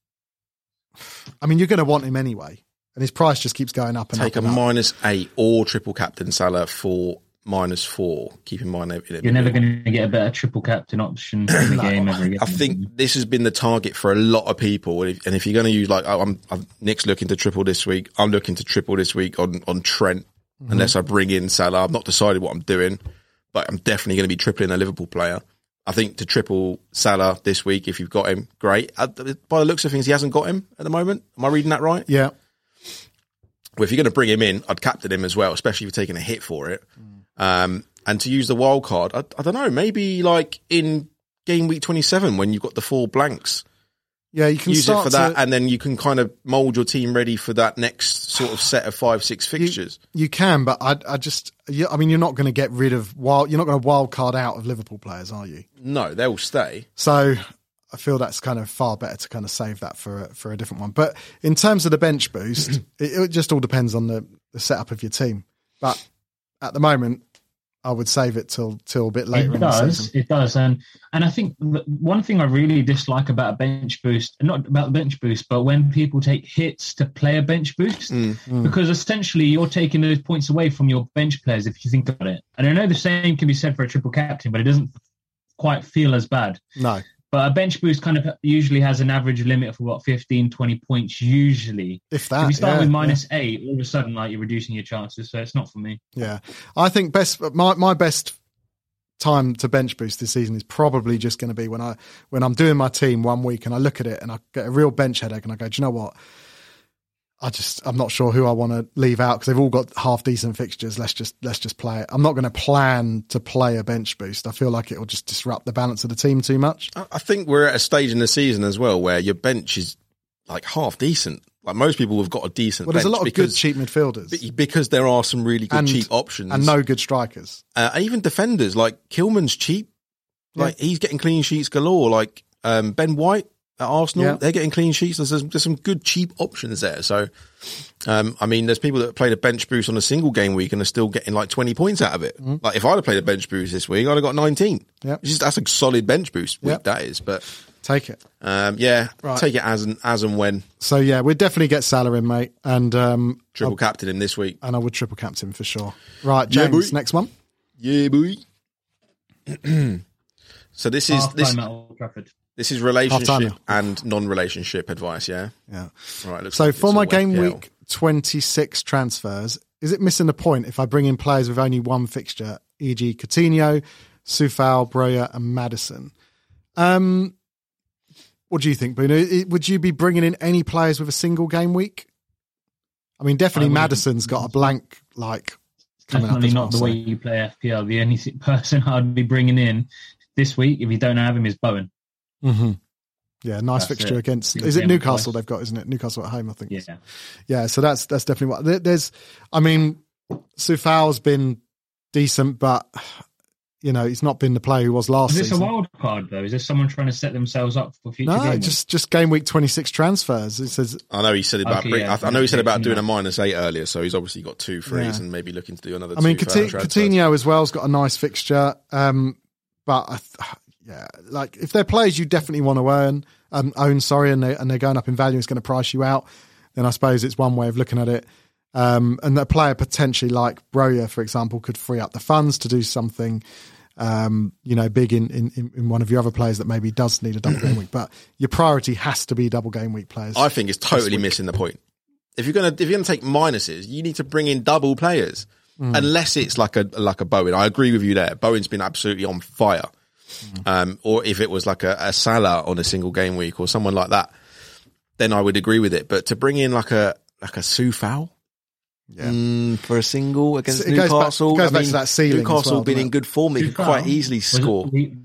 I mean you're going to want him anyway, and his price just keeps going up and Take up and a up. minus eight or triple captain Salah for minus four. Keep in mind, that it- You're never going to get a better triple captain option in (clears throat) the game ever again. I think this has been the target for a lot of people, and if, and if you're going to use like, oh, I'm, I'm Nick's looking to triple this week. I'm looking to triple this week on on Trent, unless I bring in Salah. I've not decided what I'm doing, but I'm definitely going to be tripling a Liverpool player. I think to triple Salah this week, if you've got him, great. Uh, By the looks of things, he hasn't got him at the moment. Am I reading that right? Yeah, Well, if you're going to bring him in, I'd captain him as well, especially if you're taking a hit for it. Um, and to use the wild card, I, I don't know, maybe like in game week 27 when you've got the four blanks, yeah, you can use it start for that, to- and then you can kind of mold your team ready for that next sort of set of five, six fixtures. You can, but I, I just, you, I mean, you're not going to get rid of wild. You're not going to wild card out of Liverpool players, are you? no, they'll stay. So I feel that's kind of far better to kind of save that for a, for a different one. But in terms of the bench (clears throat) boost, it, it just all depends on the, the setup of your team. But at the moment, I would save it till till a bit later it in the does season. it does and and i think the one thing i really dislike about a bench boost not about the bench boost but when people take hits to play a bench boost Mm. because essentially you're taking those points away from your bench players if you think about it and i know the same can be said for a triple captain but it doesn't quite feel as bad No, but a bench boost kind of usually has an average limit of what 15 20 points usually if that. if you start Ah, yeah, with minus eight all of a sudden like you're reducing your chances so it's not for me Yeah, I think best my my best time to bench boost this season is probably just going to be when I when I'm doing my team one week and I look at it and I get a real bench headache and I go, do you know what? I just I'm not sure who I want to leave out because they've all got half decent fixtures. Let's just let's just play it. I'm not going to plan to play a bench boost. I feel like it will just disrupt the balance of the team too much. I I think we're at a stage in the season as well where your bench is like half decent. Like most people have got a decent Well, there's a bench lot of good because, cheap midfielders because there are some really good And- cheap options. and no good strikers. uh, even defenders like Kilman's cheap. Like he's getting clean sheets galore. Like um, Ben White at Arsenal, Yeah. they're getting clean sheets. There's, there's some good cheap options there. So, um, I mean, there's people that played a bench boost on a single game week and are still getting like 20 points out of it. Like if I'd have played a bench boost this week, I'd have got 19. Mm-hmm. Yeah. It's Just, that's a solid bench boost week Yeah. that is. But Take it. um, yeah, Right. take it as and as and when So yeah, we'd definitely get Salah in, mate, and um, triple captain him this week. and I would triple captain for sure. Right, Yeah, James, boy. next one. Yeah, boy. (clears throat) so this is half this time at old trafford This is relationship Half-time. and non-relationship advice, yeah. Yeah. All right. looks So like for it's my all game FPL. week 26 transfers, is it missing the point if I bring in players with only one fixture, e.g. Coutinho, Sufal, Breuer and Madison? Um, what do you think, Bruno? I- Would you be bringing in any players with a single game week? I mean, definitely I wouldn't- Madison's got a blank like coming up Definitely as well, not the way you play FPL. The only (laughs) th- person I'd be bringing in this week, if you don't have him, is Bowen. So. hmm Yeah, nice Mm-hmm. That's fixture it. against. Good Is it game of Newcastle? twice. They've got, isn't it? Newcastle at home, I think. Yeah, Yeah, so that's that's definitely what there- there's. I mean, Sufal's been decent, but you know he's not been the player he was last is this season. a wild card though? Is this someone trying to set themselves up for future no, games? just just game week twenty six transfers. It says I know he said about Okay, bring, yeah, I, I know he said about yeah. doing a minus eight earlier, so he's obviously got two threes Yeah. and maybe looking to do another. I mean, two Couti- further transfers. Coutinho as well's got a nice fixture, um, but I th- yeah, like if they're players you definitely want to earn, um, own, sorry, and they and they're going up in value, it's going to price you out. Then I suppose it's one way of looking at it. Um, and that player potentially like Broya, for example, could free up the funds to do something, um, you know, big in, in, in- in one of your other players that maybe does need a double game week. But your priority has to be double game week players. I think is totally missing the point. If you're gonna if you're gonna take minuses, you need to bring in double players. Hmm. Unless it's like a like a Bowen, I agree with you there. Bowen's been absolutely on fire. Hmm. Um, or if it was like a, a Salah on a single game week or someone like that, then I would agree with it. But to bring in like a like a Soufal Yeah. mm, for a single against It goes back- Newcastle, it goes I back mean, to that ceiling as Newcastle well, been doesn't in it? good form; they could quite Soufal? easily Was it- score. were you-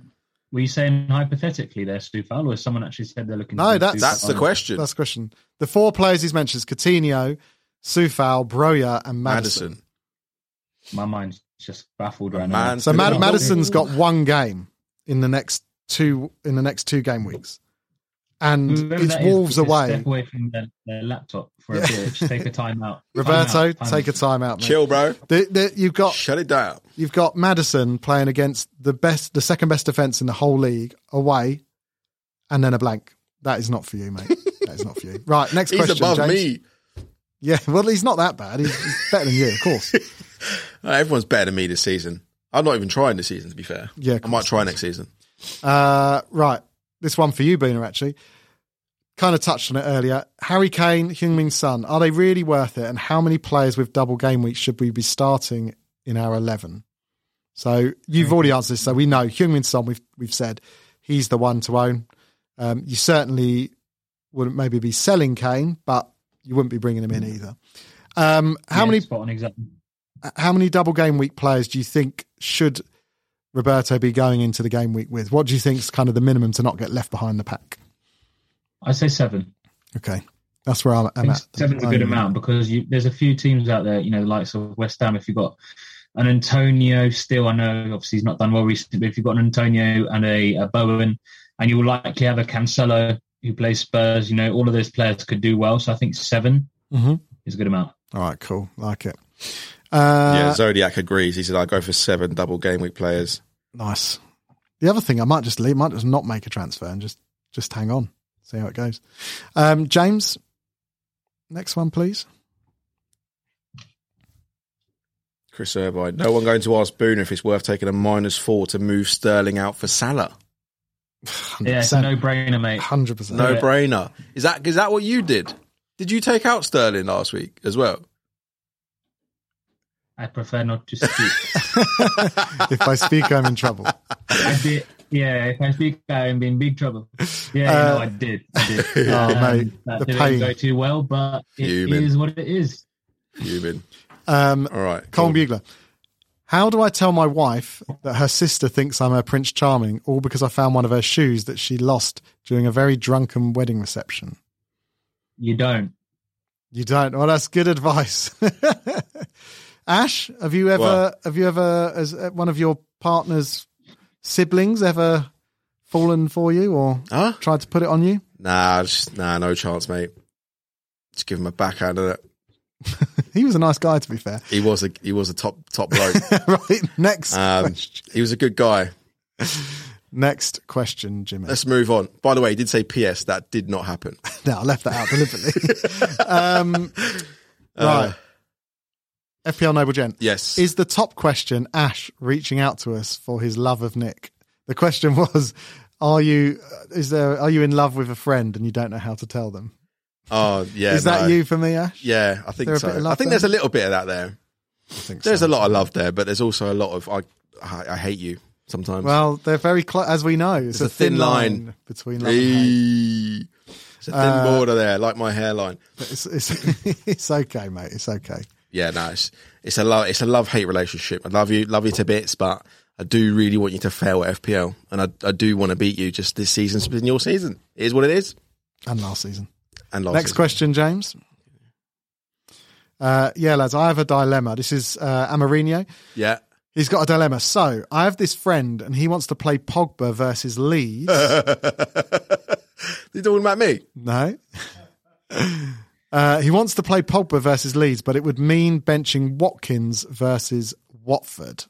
were you saying hypothetically there, Stufal, or someone actually said they're looking? No, to do that's- That's the Stufal? question. That's the question. The four players he's mentioned is Coutinho, Sufal, Broya, and Madison. Madison, My mind's just baffled right now. man. So Mad- Oh. Madison's got one game in the next two in the next two game weeks, and Whoever it's that is, Wolves just away. Step away from their, their laptop for a bit. Just take a (laughs) time out. Roberto, Time out, time take a out. time out, mate. chill, bro. The- the- you've got Shut it down. you've got Madison playing against the best, the second best defense in the whole league away, and then a blank. That is not for you, mate. That is not (laughs) for you. Right, next He's question. above James. me. Yeah, well, he's not that bad. He's, he's better than you, of course. Uh, everyone's better than me this season. I'm not even trying this season, to be fair. Yeah, I might try next season. Uh, right, this one for you, Booner. Actually, kind of touched on it earlier. Harry Kane, Heung-Min Son, are they really worth it? And how many players with double game weeks should we be starting in our eleven? So you've already answered this, so we know Heung-Min Son. We've we've said he's the one to own. Um, you certainly wouldn't maybe be selling Kane, but you wouldn't be bringing him in either. Um, how Yeah, many Spot on exactly. how many double game week players do you think should Roberto be going into the game week with? What do you think is kind of the minimum to not get left behind the pack? I say seven. Okay, that's where I'm, I I'm think at. Um, seven's a good amount because you, there's a few teams out there, you know, the likes of West Ham. If you've got an Antonio, still, I know obviously he's not done well recently, but if you've got an Antonio and a, a Bowen, and you'll likely have a Cancelo who plays Spurs, you know, all of those players could do well. So I think seven Mhm. is a good amount. All right, cool, like it. Uh, yeah, Zodiac agrees. He said, I go for seven double game week players. Nice. The other thing, I might just leave, might just not make a transfer and just just hang on, see how it goes. Um, James, next one, please. Chris Irvine. No one going to ask Boone if it's worth taking a minus four to move Sterling out for Salah. Yeah, it's a no brainer, mate. hundred percent. No Yeah. brainer. Is that is that what you did? Did you take out Sterling last week as well? I prefer not to speak. (laughs) if I speak, I'm in trouble. I did. Yeah, if I speak, I'm in big trouble. Yeah, Uh, no, I did. I did. Oh, mate, that the didn't pain. go too well, but it is Human. what it is. You've been. Um, All right. Colin Bugler. How do I tell my wife that her sister thinks I'm her Prince Charming, all because I found one of her shoes that she lost during a very drunken wedding reception? You don't. You don't. Well, that's good advice. (laughs) Ash, have you ever, What? have you ever, as uh, one of your partner's siblings, ever fallen for you or Huh? tried to put it on you? (laughs) Nah, just, nah, no chance, mate. Just give him a backhand of it. He was a nice guy, to be fair. (laughs) He was a he was a top top (laughs) bloke. right. Next, Um, question. he was a good guy. next question, Jimmy. Let's move on. By the way, he did say PS. That did not happen. No, I left that out deliberately. (laughs) um, right. FPL Noble Gent. Yes. Is the top question Ash reaching out to us for his love of Nick? The question (laughs) was, are you uh, is there are you in love with a friend and you don't know how to tell them? oh, yeah. is that no. you for me, Ash? Yeah, I There think a bit of so. love I think there? there's a little bit of that there. I think There's so. a lot of love there, but there's also a lot of I I, I hate you sometimes. Well, they're very close, as we know. It's, a thin line. between love and hate. Eee. It's a thin Uh, border there, like my hairline. But it's, it's, it's (laughs) okay, mate. It's okay. Yeah, no, it's, it's a love, it's a love hate relationship. I love you, love you to bits, but I do really want you to fail at FPL, and I, I do want to beat you. Just this season's been your season. It is what it is. And last season. And last Next season. question, James. Uh, yeah, lads, I have a dilemma. This is uh, Amarino. Yeah. He's got a dilemma. So I have this friend, and he wants to play Pogba versus Leeds. (laughs) They're talking about me. no. Uh, he wants to play Pogba versus Leeds, but it would mean benching Watkins versus Watford.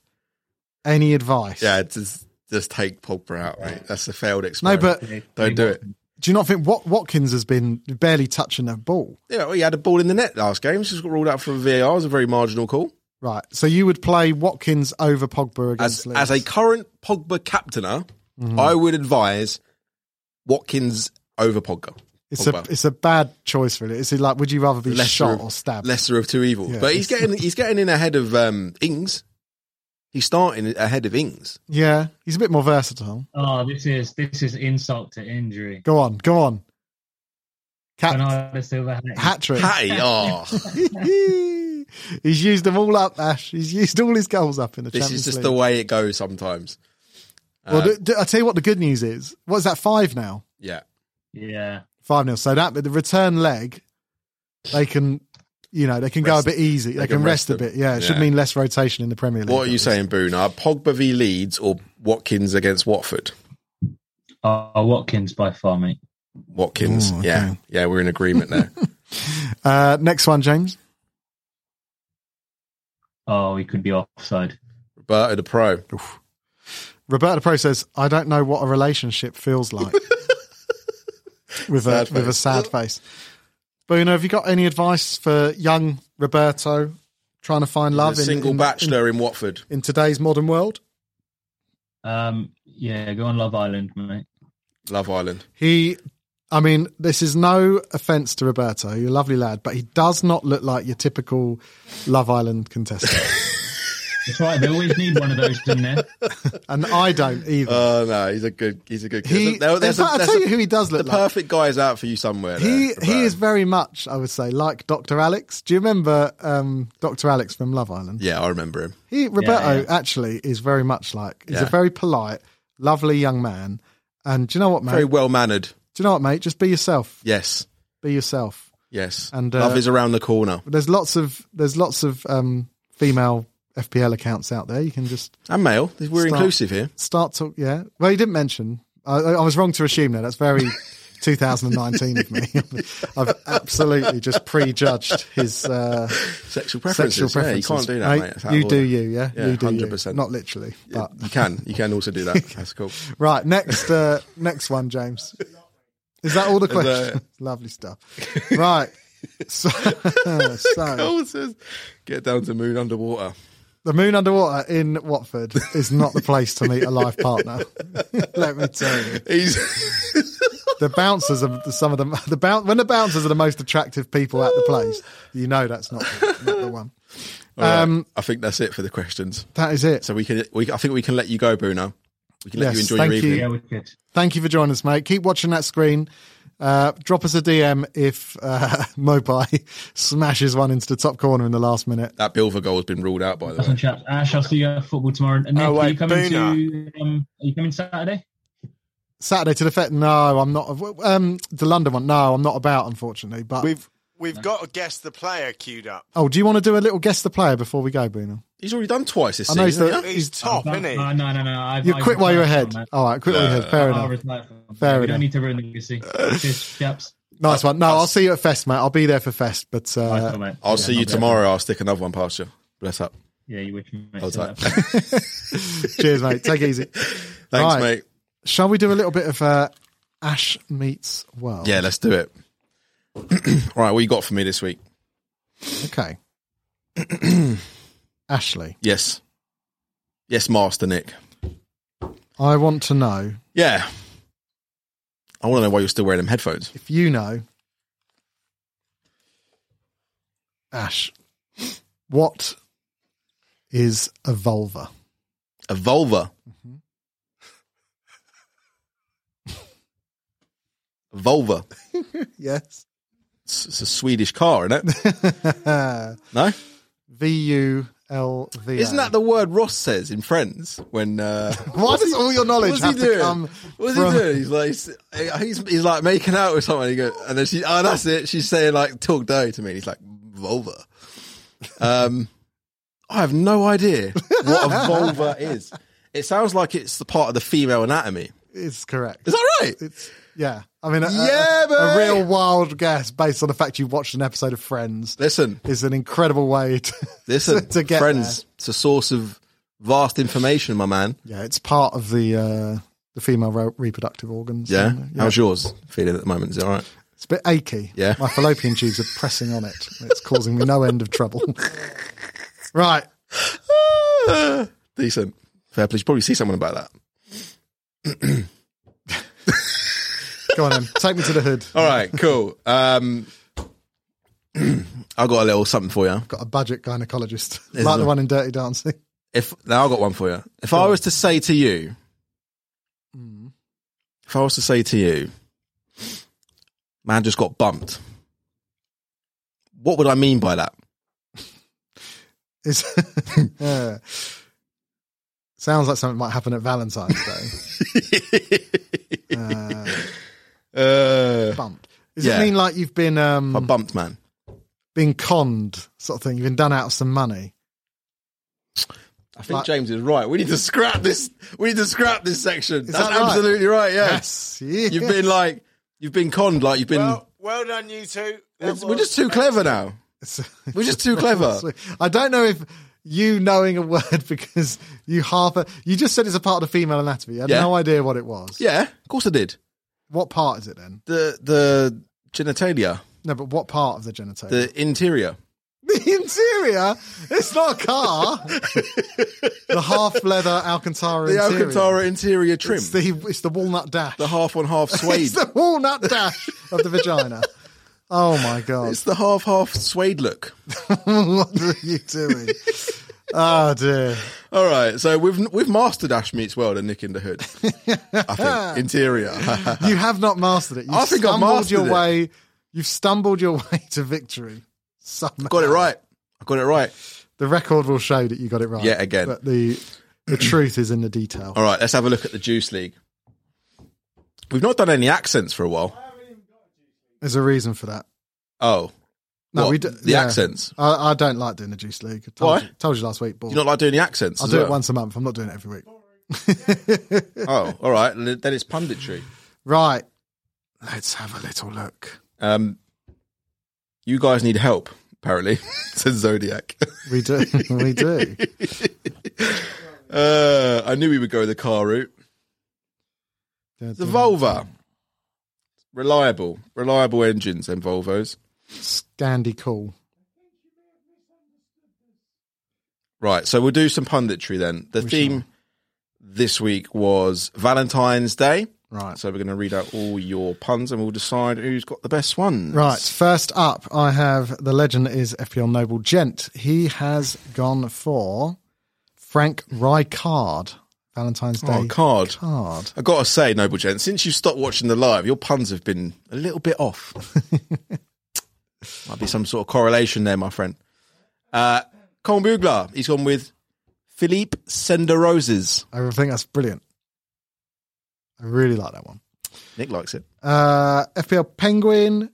Any advice? Yeah, just just take Pogba out, (laughs) mate. That's a failed No, experiment. but don't do it. do you not think Wat- Watkins has been barely touching the ball? Yeah, well, he had a ball in the net last game. Just got ruled out for VAR. It was a very marginal call. Right. So you would play Watkins over Pogba against As Leeds. as a current Pogba captainer, Mm-hmm. I would advise Watkins over Pogba. It's Pogba. a it's a bad choice, really. It's like, would you rather be shot of, or stabbed? Lesser of two evils. Yeah. But he's getting he's getting in ahead of um, Ings. He's starting ahead of Ings. Yeah, he's a bit more versatile. Oh, this is this is insult to injury. Go on, go on. Cat Bernardo Silva had it. hat trick. Patty, oh, (laughs) he's used them all up, Ash. He's used all his goals up in the this Champions is just League. the way it goes sometimes. well, Uh, do- do- I tell you what, the good news is. What is that? Five now, yeah, Yeah, five nil. So that the return leg, they can, you know, they can Rest- go a bit easy. They, can, rest, a them. bit. Yeah, it should Yeah. mean less rotation in the Premier League. What are you saying, Boone? Are Pogba v Leeds or Watkins against Watford? oh, Watkins by far, mate. Watkins. Oh, okay. Yeah. Yeah, we're in agreement there. (laughs) Uh, next one, James. Oh, he could be offside. Roberto the Pro. Roberta Pro says, "I don't know what a relationship feels (laughs) like." with a Sad with a face. sad face. Bruno, have you got any advice for young Roberto trying to find A love in, single in, bachelor in Watford. in today's modern world? Um, yeah, go on Love Island, mate. Love Island. He, I mean, this is no offense to Roberto, you're a lovely lad, but he does not look like your typical Love Island contestant, (laughs) That's right. They always need one of those, don't they? and I don't either. Oh no, he's a good he's a good kid. he, There- in there's fact, a- I there's tell a- you who he does the look like. perfect guy is out for you somewhere. there, He Roberto. he is very much, I would say, like Dr. Alex. Do you remember um, Dr. Alex from Love Island? Yeah, I remember him. He Roberto Yeah, yeah. actually is very much like he's Yeah. a very polite, lovely young man. And do you know what, mate? Very well mannered. Do you know what, mate? Just be yourself. Yes. Be yourself. Yes. And, And uh, Love is around the corner. There's lots of there's lots of um, female FPL accounts out there. You can just And male. We're Start. inclusive here. start to yeah. Well, you didn't mention. I, I I was wrong to assume that. That's (laughs) very 2019 of me. (laughs) I've absolutely just prejudged his. Uh, Sexual preferences. Sexual preferences. Yeah, you can't do that, mate. It's out of You do order. you, yeah. Yeah, you do 100%. you. Not literally, but (laughs) You can. You can also (laughs) do that. That's cool. right. Next, uh, next one, James. Is that all the that questions? (laughs) Lovely stuff. Right. So, (laughs) so Oh, it says, get down to moon underwater. the moon underwater in Watford is not the place to meet a life partner. (laughs) Let me tell you, He's (laughs) the bouncers are the- some of them. The boun- when the bouncers are the most attractive people at the place, you know that's not, not the one. Um, I think that's it for the questions. that is it. So we can, we, I think we can let you go, Bruno. We can let Yes, you enjoy your thank you. evening. Yeah, we could. Thank you for joining us, mate. Keep watching that screen. Uh, drop us a DM if uh, (laughs) Mopai smashes one into the top corner in the last minute. That Bilver goal has been ruled out, by the Awesome, way. chaps. Ash, I'll see you at football tomorrow. And Nick, Oh, are wait, you coming Boona. to? Um, are you coming Saturday? Saturday to the Fed? No, I'm not. Um, the London one? No, I'm not about, unfortunately. But We've we've got to guess the player queued up. oh, do you want to do a little guess the player before we go, Bruno? He's already done twice this I know he's season. the- hasn't he? He's top, no, isn't he? no, uh, no, no, no. I've, You I've quit while you're ahead. retired from that. All right, quit while you're ahead. Fair I'll enough. retire from that. Fair we enough. don't need to ruin the legacy. Cheers, chaps. Nice one. No, I'll see you at Fest, mate. I'll be there for Fest, but Nice uh, one, mate. I'll Yeah, see you be- tomorrow. I'll stick another one past you. Bless up. Yeah, you wish me. Hold tight. (laughs) Thanks, (laughs) Thanks, cheers, mate. Take it easy. Right. mate. Shall we do a little bit of uh, Ash meets World? Yeah, let's do it. (clears throat) All right, what you got for me this week? Okay. Ashley, Yes. Yes, Master Nick. I want to know Yeah. I want to know why you're still wearing them headphones. if you know, Ash, what is a vulva? A Mm-hmm. vulva. Volvo. Yes. It's, it's a Swedish car, isn't it? No? (laughs) V U L V. Isn't that the word Ross says in Friends when uh, Why does all your knowledge What's he have to doing? come? What's from- he doing? He's like, he's, he's, he's like making out with someone. He goes, and then she, oh, that's it. She's saying like, talk dirty to me. And he's like, vulva. Um, I have no idea what a vulva is. It sounds like it's the part of the female anatomy. It's correct. Is that right? It's yeah. I mean, a, a- Yeah, a, mate. real wild guess based on the fact you watched an episode of Friends Listen, is an incredible way to. listen, (laughs) To get friends. It's a source of vast information, my man. yeah, it's part of the uh, the female re- reproductive organs. Yeah. And, uh, How's yours feeling at the moment? Is it all right? It's a bit achy. Yeah. My fallopian tubes are pressing on it. It's causing me no end of trouble. (laughs) right. Uh. Decent. Fair play. You should probably see someone about that. Go on then. Take me to the hood. All right, cool. Um, (clears throat) I got a little something for you. Got a budget gynecologist. like the a- one in Dirty Dancing. If now I got one for you. If I was to say to you, Mm-hmm. if I was to say to you, man, just got bumped. What would I mean by that? Is (laughs) Yeah. sounds like something might happen at Valentine's Day. (laughs) (laughs) Uh, Bumped. Does Yeah. it mean like you've been I um, bumped, man. been conned, sort of thing? You've been done out of some money. I think James is right. We need to scrap this. We need to scrap this section. That's that right? absolutely right. Yeah. Yes. Yeah. You've been like, you've been conned. Like you've been. Well, well done, you two. That It's- we're was- just too clever now. (laughs) We're just too (laughs) clever. I don't know if you knowing a word (laughs) because you half a, you just said it's a part of the female anatomy. I had Yeah. no idea what it was. Yeah, of course I did. What part is it then? The the genitalia, No, but what part of the genitalia? (laughs) The, the interior. interior. It's not a (laughs) car. the half leather Alcantara. The interior. Alcantara interior trim. It's the it's the walnut dash. (laughs) the half on half suede. It's the walnut dash of the (laughs) vagina. Oh my god! (laughs) It's the half half suede look. what are you (laughs) doing? oh dear! All right, so we've we've mastered Ash meets World and Nick in the Hood. I (laughs) think interior. (laughs) You have not mastered it. You've I think I've stumbled mastered your it. way. You've stumbled your (laughs) way to victory. Somehow. got it right. I got it right. The record will show that you got it right. Yeah, again. But the (clears throat) the truth is in the detail. All right, let's have a look at the Juice League. We've not done any accents for a while. There's a reason for that. Oh, No, What? we do, The accents? I, I don't like doing the juice league. I told Why? You, told you last week, but you not like doing the accents? I'll as do it well? once a month. I'm not doing it every week. Oh, all right. Then it's punditry. Right. Let's have a little look. Um, you guys need help, apparently, (laughs) says Zodiac. (laughs) We do. (laughs) we do. Uh, I knew we would go the car route. Mm. The Volvo. Reliable. Reliable engines and Volvos. Scandy cool. Right, so we'll do some punditry then. The theme this week was Valentine's Day. Right. So we're going to read out all your puns and we'll decide who's got the best ones. Right, first up, I have the legend that is FPL Noble Gent. He has gone for Frank Rijkaard, Valentine's Day. Oh, card. Card. (laughs) i got to say, Noble Gent, since you stopped watching the live, your puns have been a little bit off. Might be some sort of correlation there, my friend. Uh, Colin Bugler, he's gone with Philippe Senderoses. I think that's brilliant. I really like that one. Nick likes it. Uh, FPL Penguin,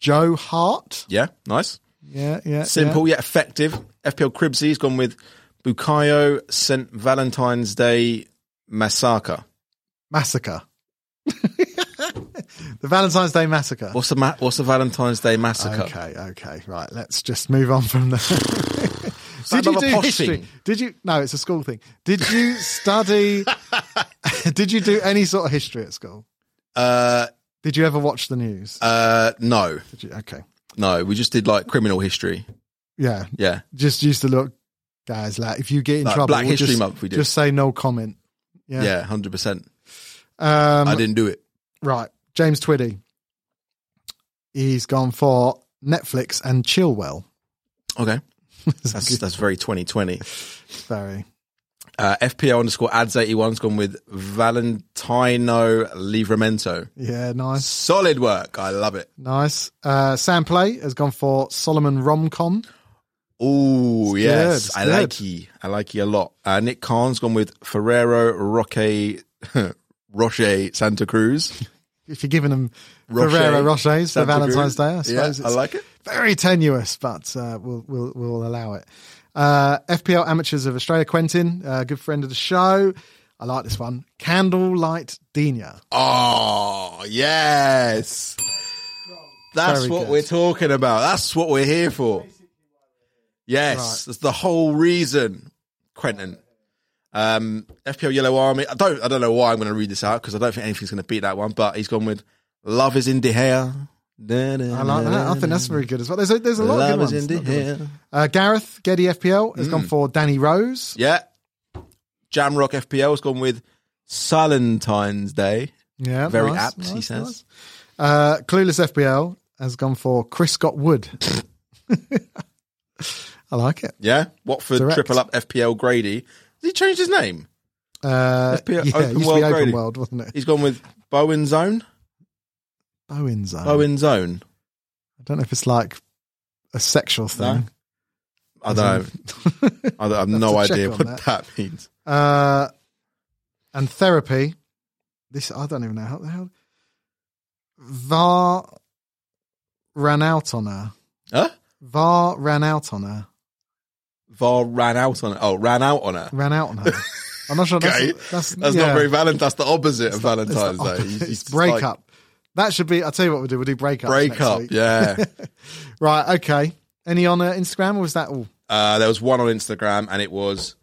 Joe Hart. Yeah, nice. Yeah, yeah. Simple yet effective. FPL Cribsy, he's gone with Bukayo St. Valentine's Day Massacre. yeah. Massacre. (laughs) the Valentine's Day Massacre. What's a, ma- what's a Valentine's Day Massacre? Okay, okay, right. Let's just move on from that. (laughs) Did you another do posh history? thing? Did you? No, it's a school thing. Did you (laughs) study? did you do any sort of history at school? Uh, Did you ever watch the news? uh, no, Did you, okay, no. We just did like criminal history. yeah. Yeah. Just used to look, guys. Like if you get in Like trouble, Black we'll History just, Month we did. just say no comment. Yeah. Yeah, 100%. Um, I didn't do it. Right, James Twiddy. He's gone for Netflix and Chillwell. (laughs) Okay. That's that's very 2020. Very. Uh, FPL underscore ads 81's gone with Valentino Livramento. Yeah, nice, Solid work. I love it. nice. Uh, Sam Play has gone for Solomon Romcom. Oh, It's yes. good, it's I good. like you. I like you a lot. Uh, Nick Khan's gone with Ferrero (laughs) Roque, Roche Santa Cruz. If you're giving them Roche, Ferrero Rochers for Santa Valentine's Cruz. Day, I Yeah, suppose I it's like it. very tenuous, but uh, we'll, we'll we'll allow it. Uh, FPL amateurs of Australia, Quentin, uh, good friend of the show. I like this one. Candlelight Dina. Oh, yes. That's Very what good. we're talking about. That's what we're here for. Yes, that's the whole reason, Quentin. Um, FPL Yellow Army. I don't. I don't know why I'm going to read this out because I don't think anything's going to beat that one. But he's gone with "Love Is in the Hair." I like that. I think that's very good as well. There's a, there's a lot Love of is good in ones. the Mm. hair. Uh, Gareth Getty FPL has gone for Danny Rose. Yeah. Jamrock FPL has gone with Valentine's Day. Yeah, Very nice, apt, he nice, says. nice. Uh, Clueless FBL has gone for Chris Scott (laughs) Wood. (laughs) I like it. Yeah. Watford Direct. triple up FPL Grady. Has he changed his name? Uh, FPL yeah, Open it used to World be Open Grading. World, wasn't it? He's gone with Bowen Zone. Bowen Zone. Bowen Zone. I don't know if it's like a sexual thing. I don't know. know. I, don't- I have Have no to check idea on what that. that. means. (laughs) uh, and therapy. This I don't even know how the hell. Var ran out on her. Huh? Var ran out on her. VAR ran out on it. Oh, ran out on it. Ran out on (laughs) her. I'm not sure. Okay. That's, That's yeah. not very Valentine. That's the opposite of It's the (laughs) Valentine's Day. opposite. He's- he's It's just break like, up. That should be. I'll tell you what we'll do. We'll do break up. Break up. Yeah. (laughs) (laughs) Right. Okay. Any on uh, Instagram or was that all? uh, there was one on Instagram and it was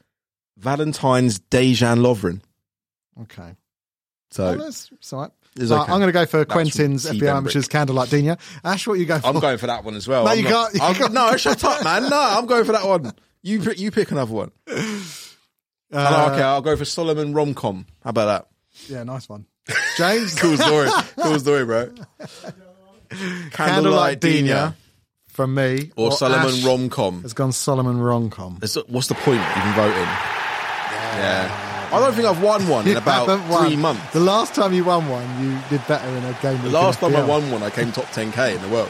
Valentine's Dejan Lovren. Okay. So Well, that's it's all right. It's Right, okay. I'm going to go for That's Quentin's from T. FBI Benbrick. Amateurs Candlelight Dina. Ash, what you go for? I'm going for that one as well. No, I'm you not- can't- you I'm- can't. No, shut up, man. No, I'm going for that one. You pick, you pick another one. Uh, oh, okay, I'll go for Solomon Romcom. How about that? Yeah, nice one. James (laughs) (laughs) Cool story. cool story, bro. Candlelight Candlelight Dina Dina from me. or Solomon Ash Romcom. Has gone Solomon Romcom. It's- What's the point of even voting? Yeah. I don't think I've (laughs) won one in about haven't won. three months. The last time you won one, you did better in a game. The last time I won one, I came top 10k in the (laughs) world.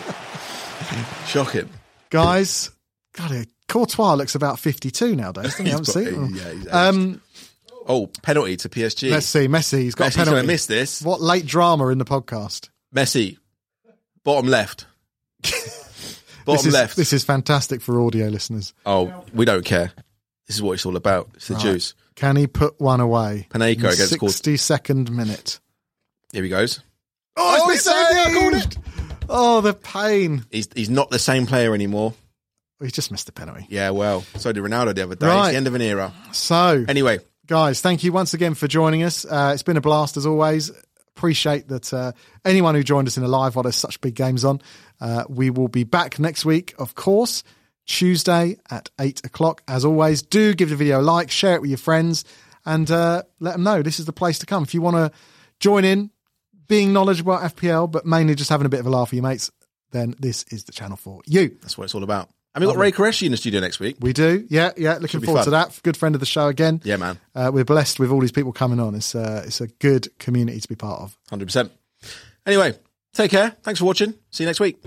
Shocking. guys. God, Courtois looks about 52 nowadays. Doesn't he? I haven't He's seen probably- him. yeah, he's aged. um, Oh, penalty to PSG. let's see. Messi, he's got Messi's a penalty. gonna miss this. What late drama in the podcast? Messi, (laughs) bottom left. bottom This is, left. This is fantastic for audio listeners. Oh, we don't care. This is what it's all about. It's the juice. Can he put one away? Panenka against Cort- 62nd minute. Here he goes. Oh, it's been saved. Yeah, I called Oh, the pain. Oh, He's he's not the same player anymore. He just missed the penalty. Yeah, well, so did Ronaldo the other day. It's Right. the end of an era. So, Anyway, guys, thank you once again for joining us. Uh, it's been a blast as always. Appreciate that uh, anyone who joined us in a live while there's such big games on. Uh, we will be back next week, of course, Tuesday at eight o'clock. As always, do give the video a like, share it with your friends, and uh, let them know this is the place to come. If you want to join in, being knowledgeable at FPL, but mainly just having a bit of a laugh with your mates, then this is the channel for you. that's what it's all about. And we've got Ray Koreshi in the studio next week. We do, yeah, yeah. Looking be forward to fun. that. Good friend of the show again. Yeah, man. Uh, we're blessed with all these people coming on. It's a, it's a good community to be part of. 100%. Anyway, take care. Thanks for watching. See you next week.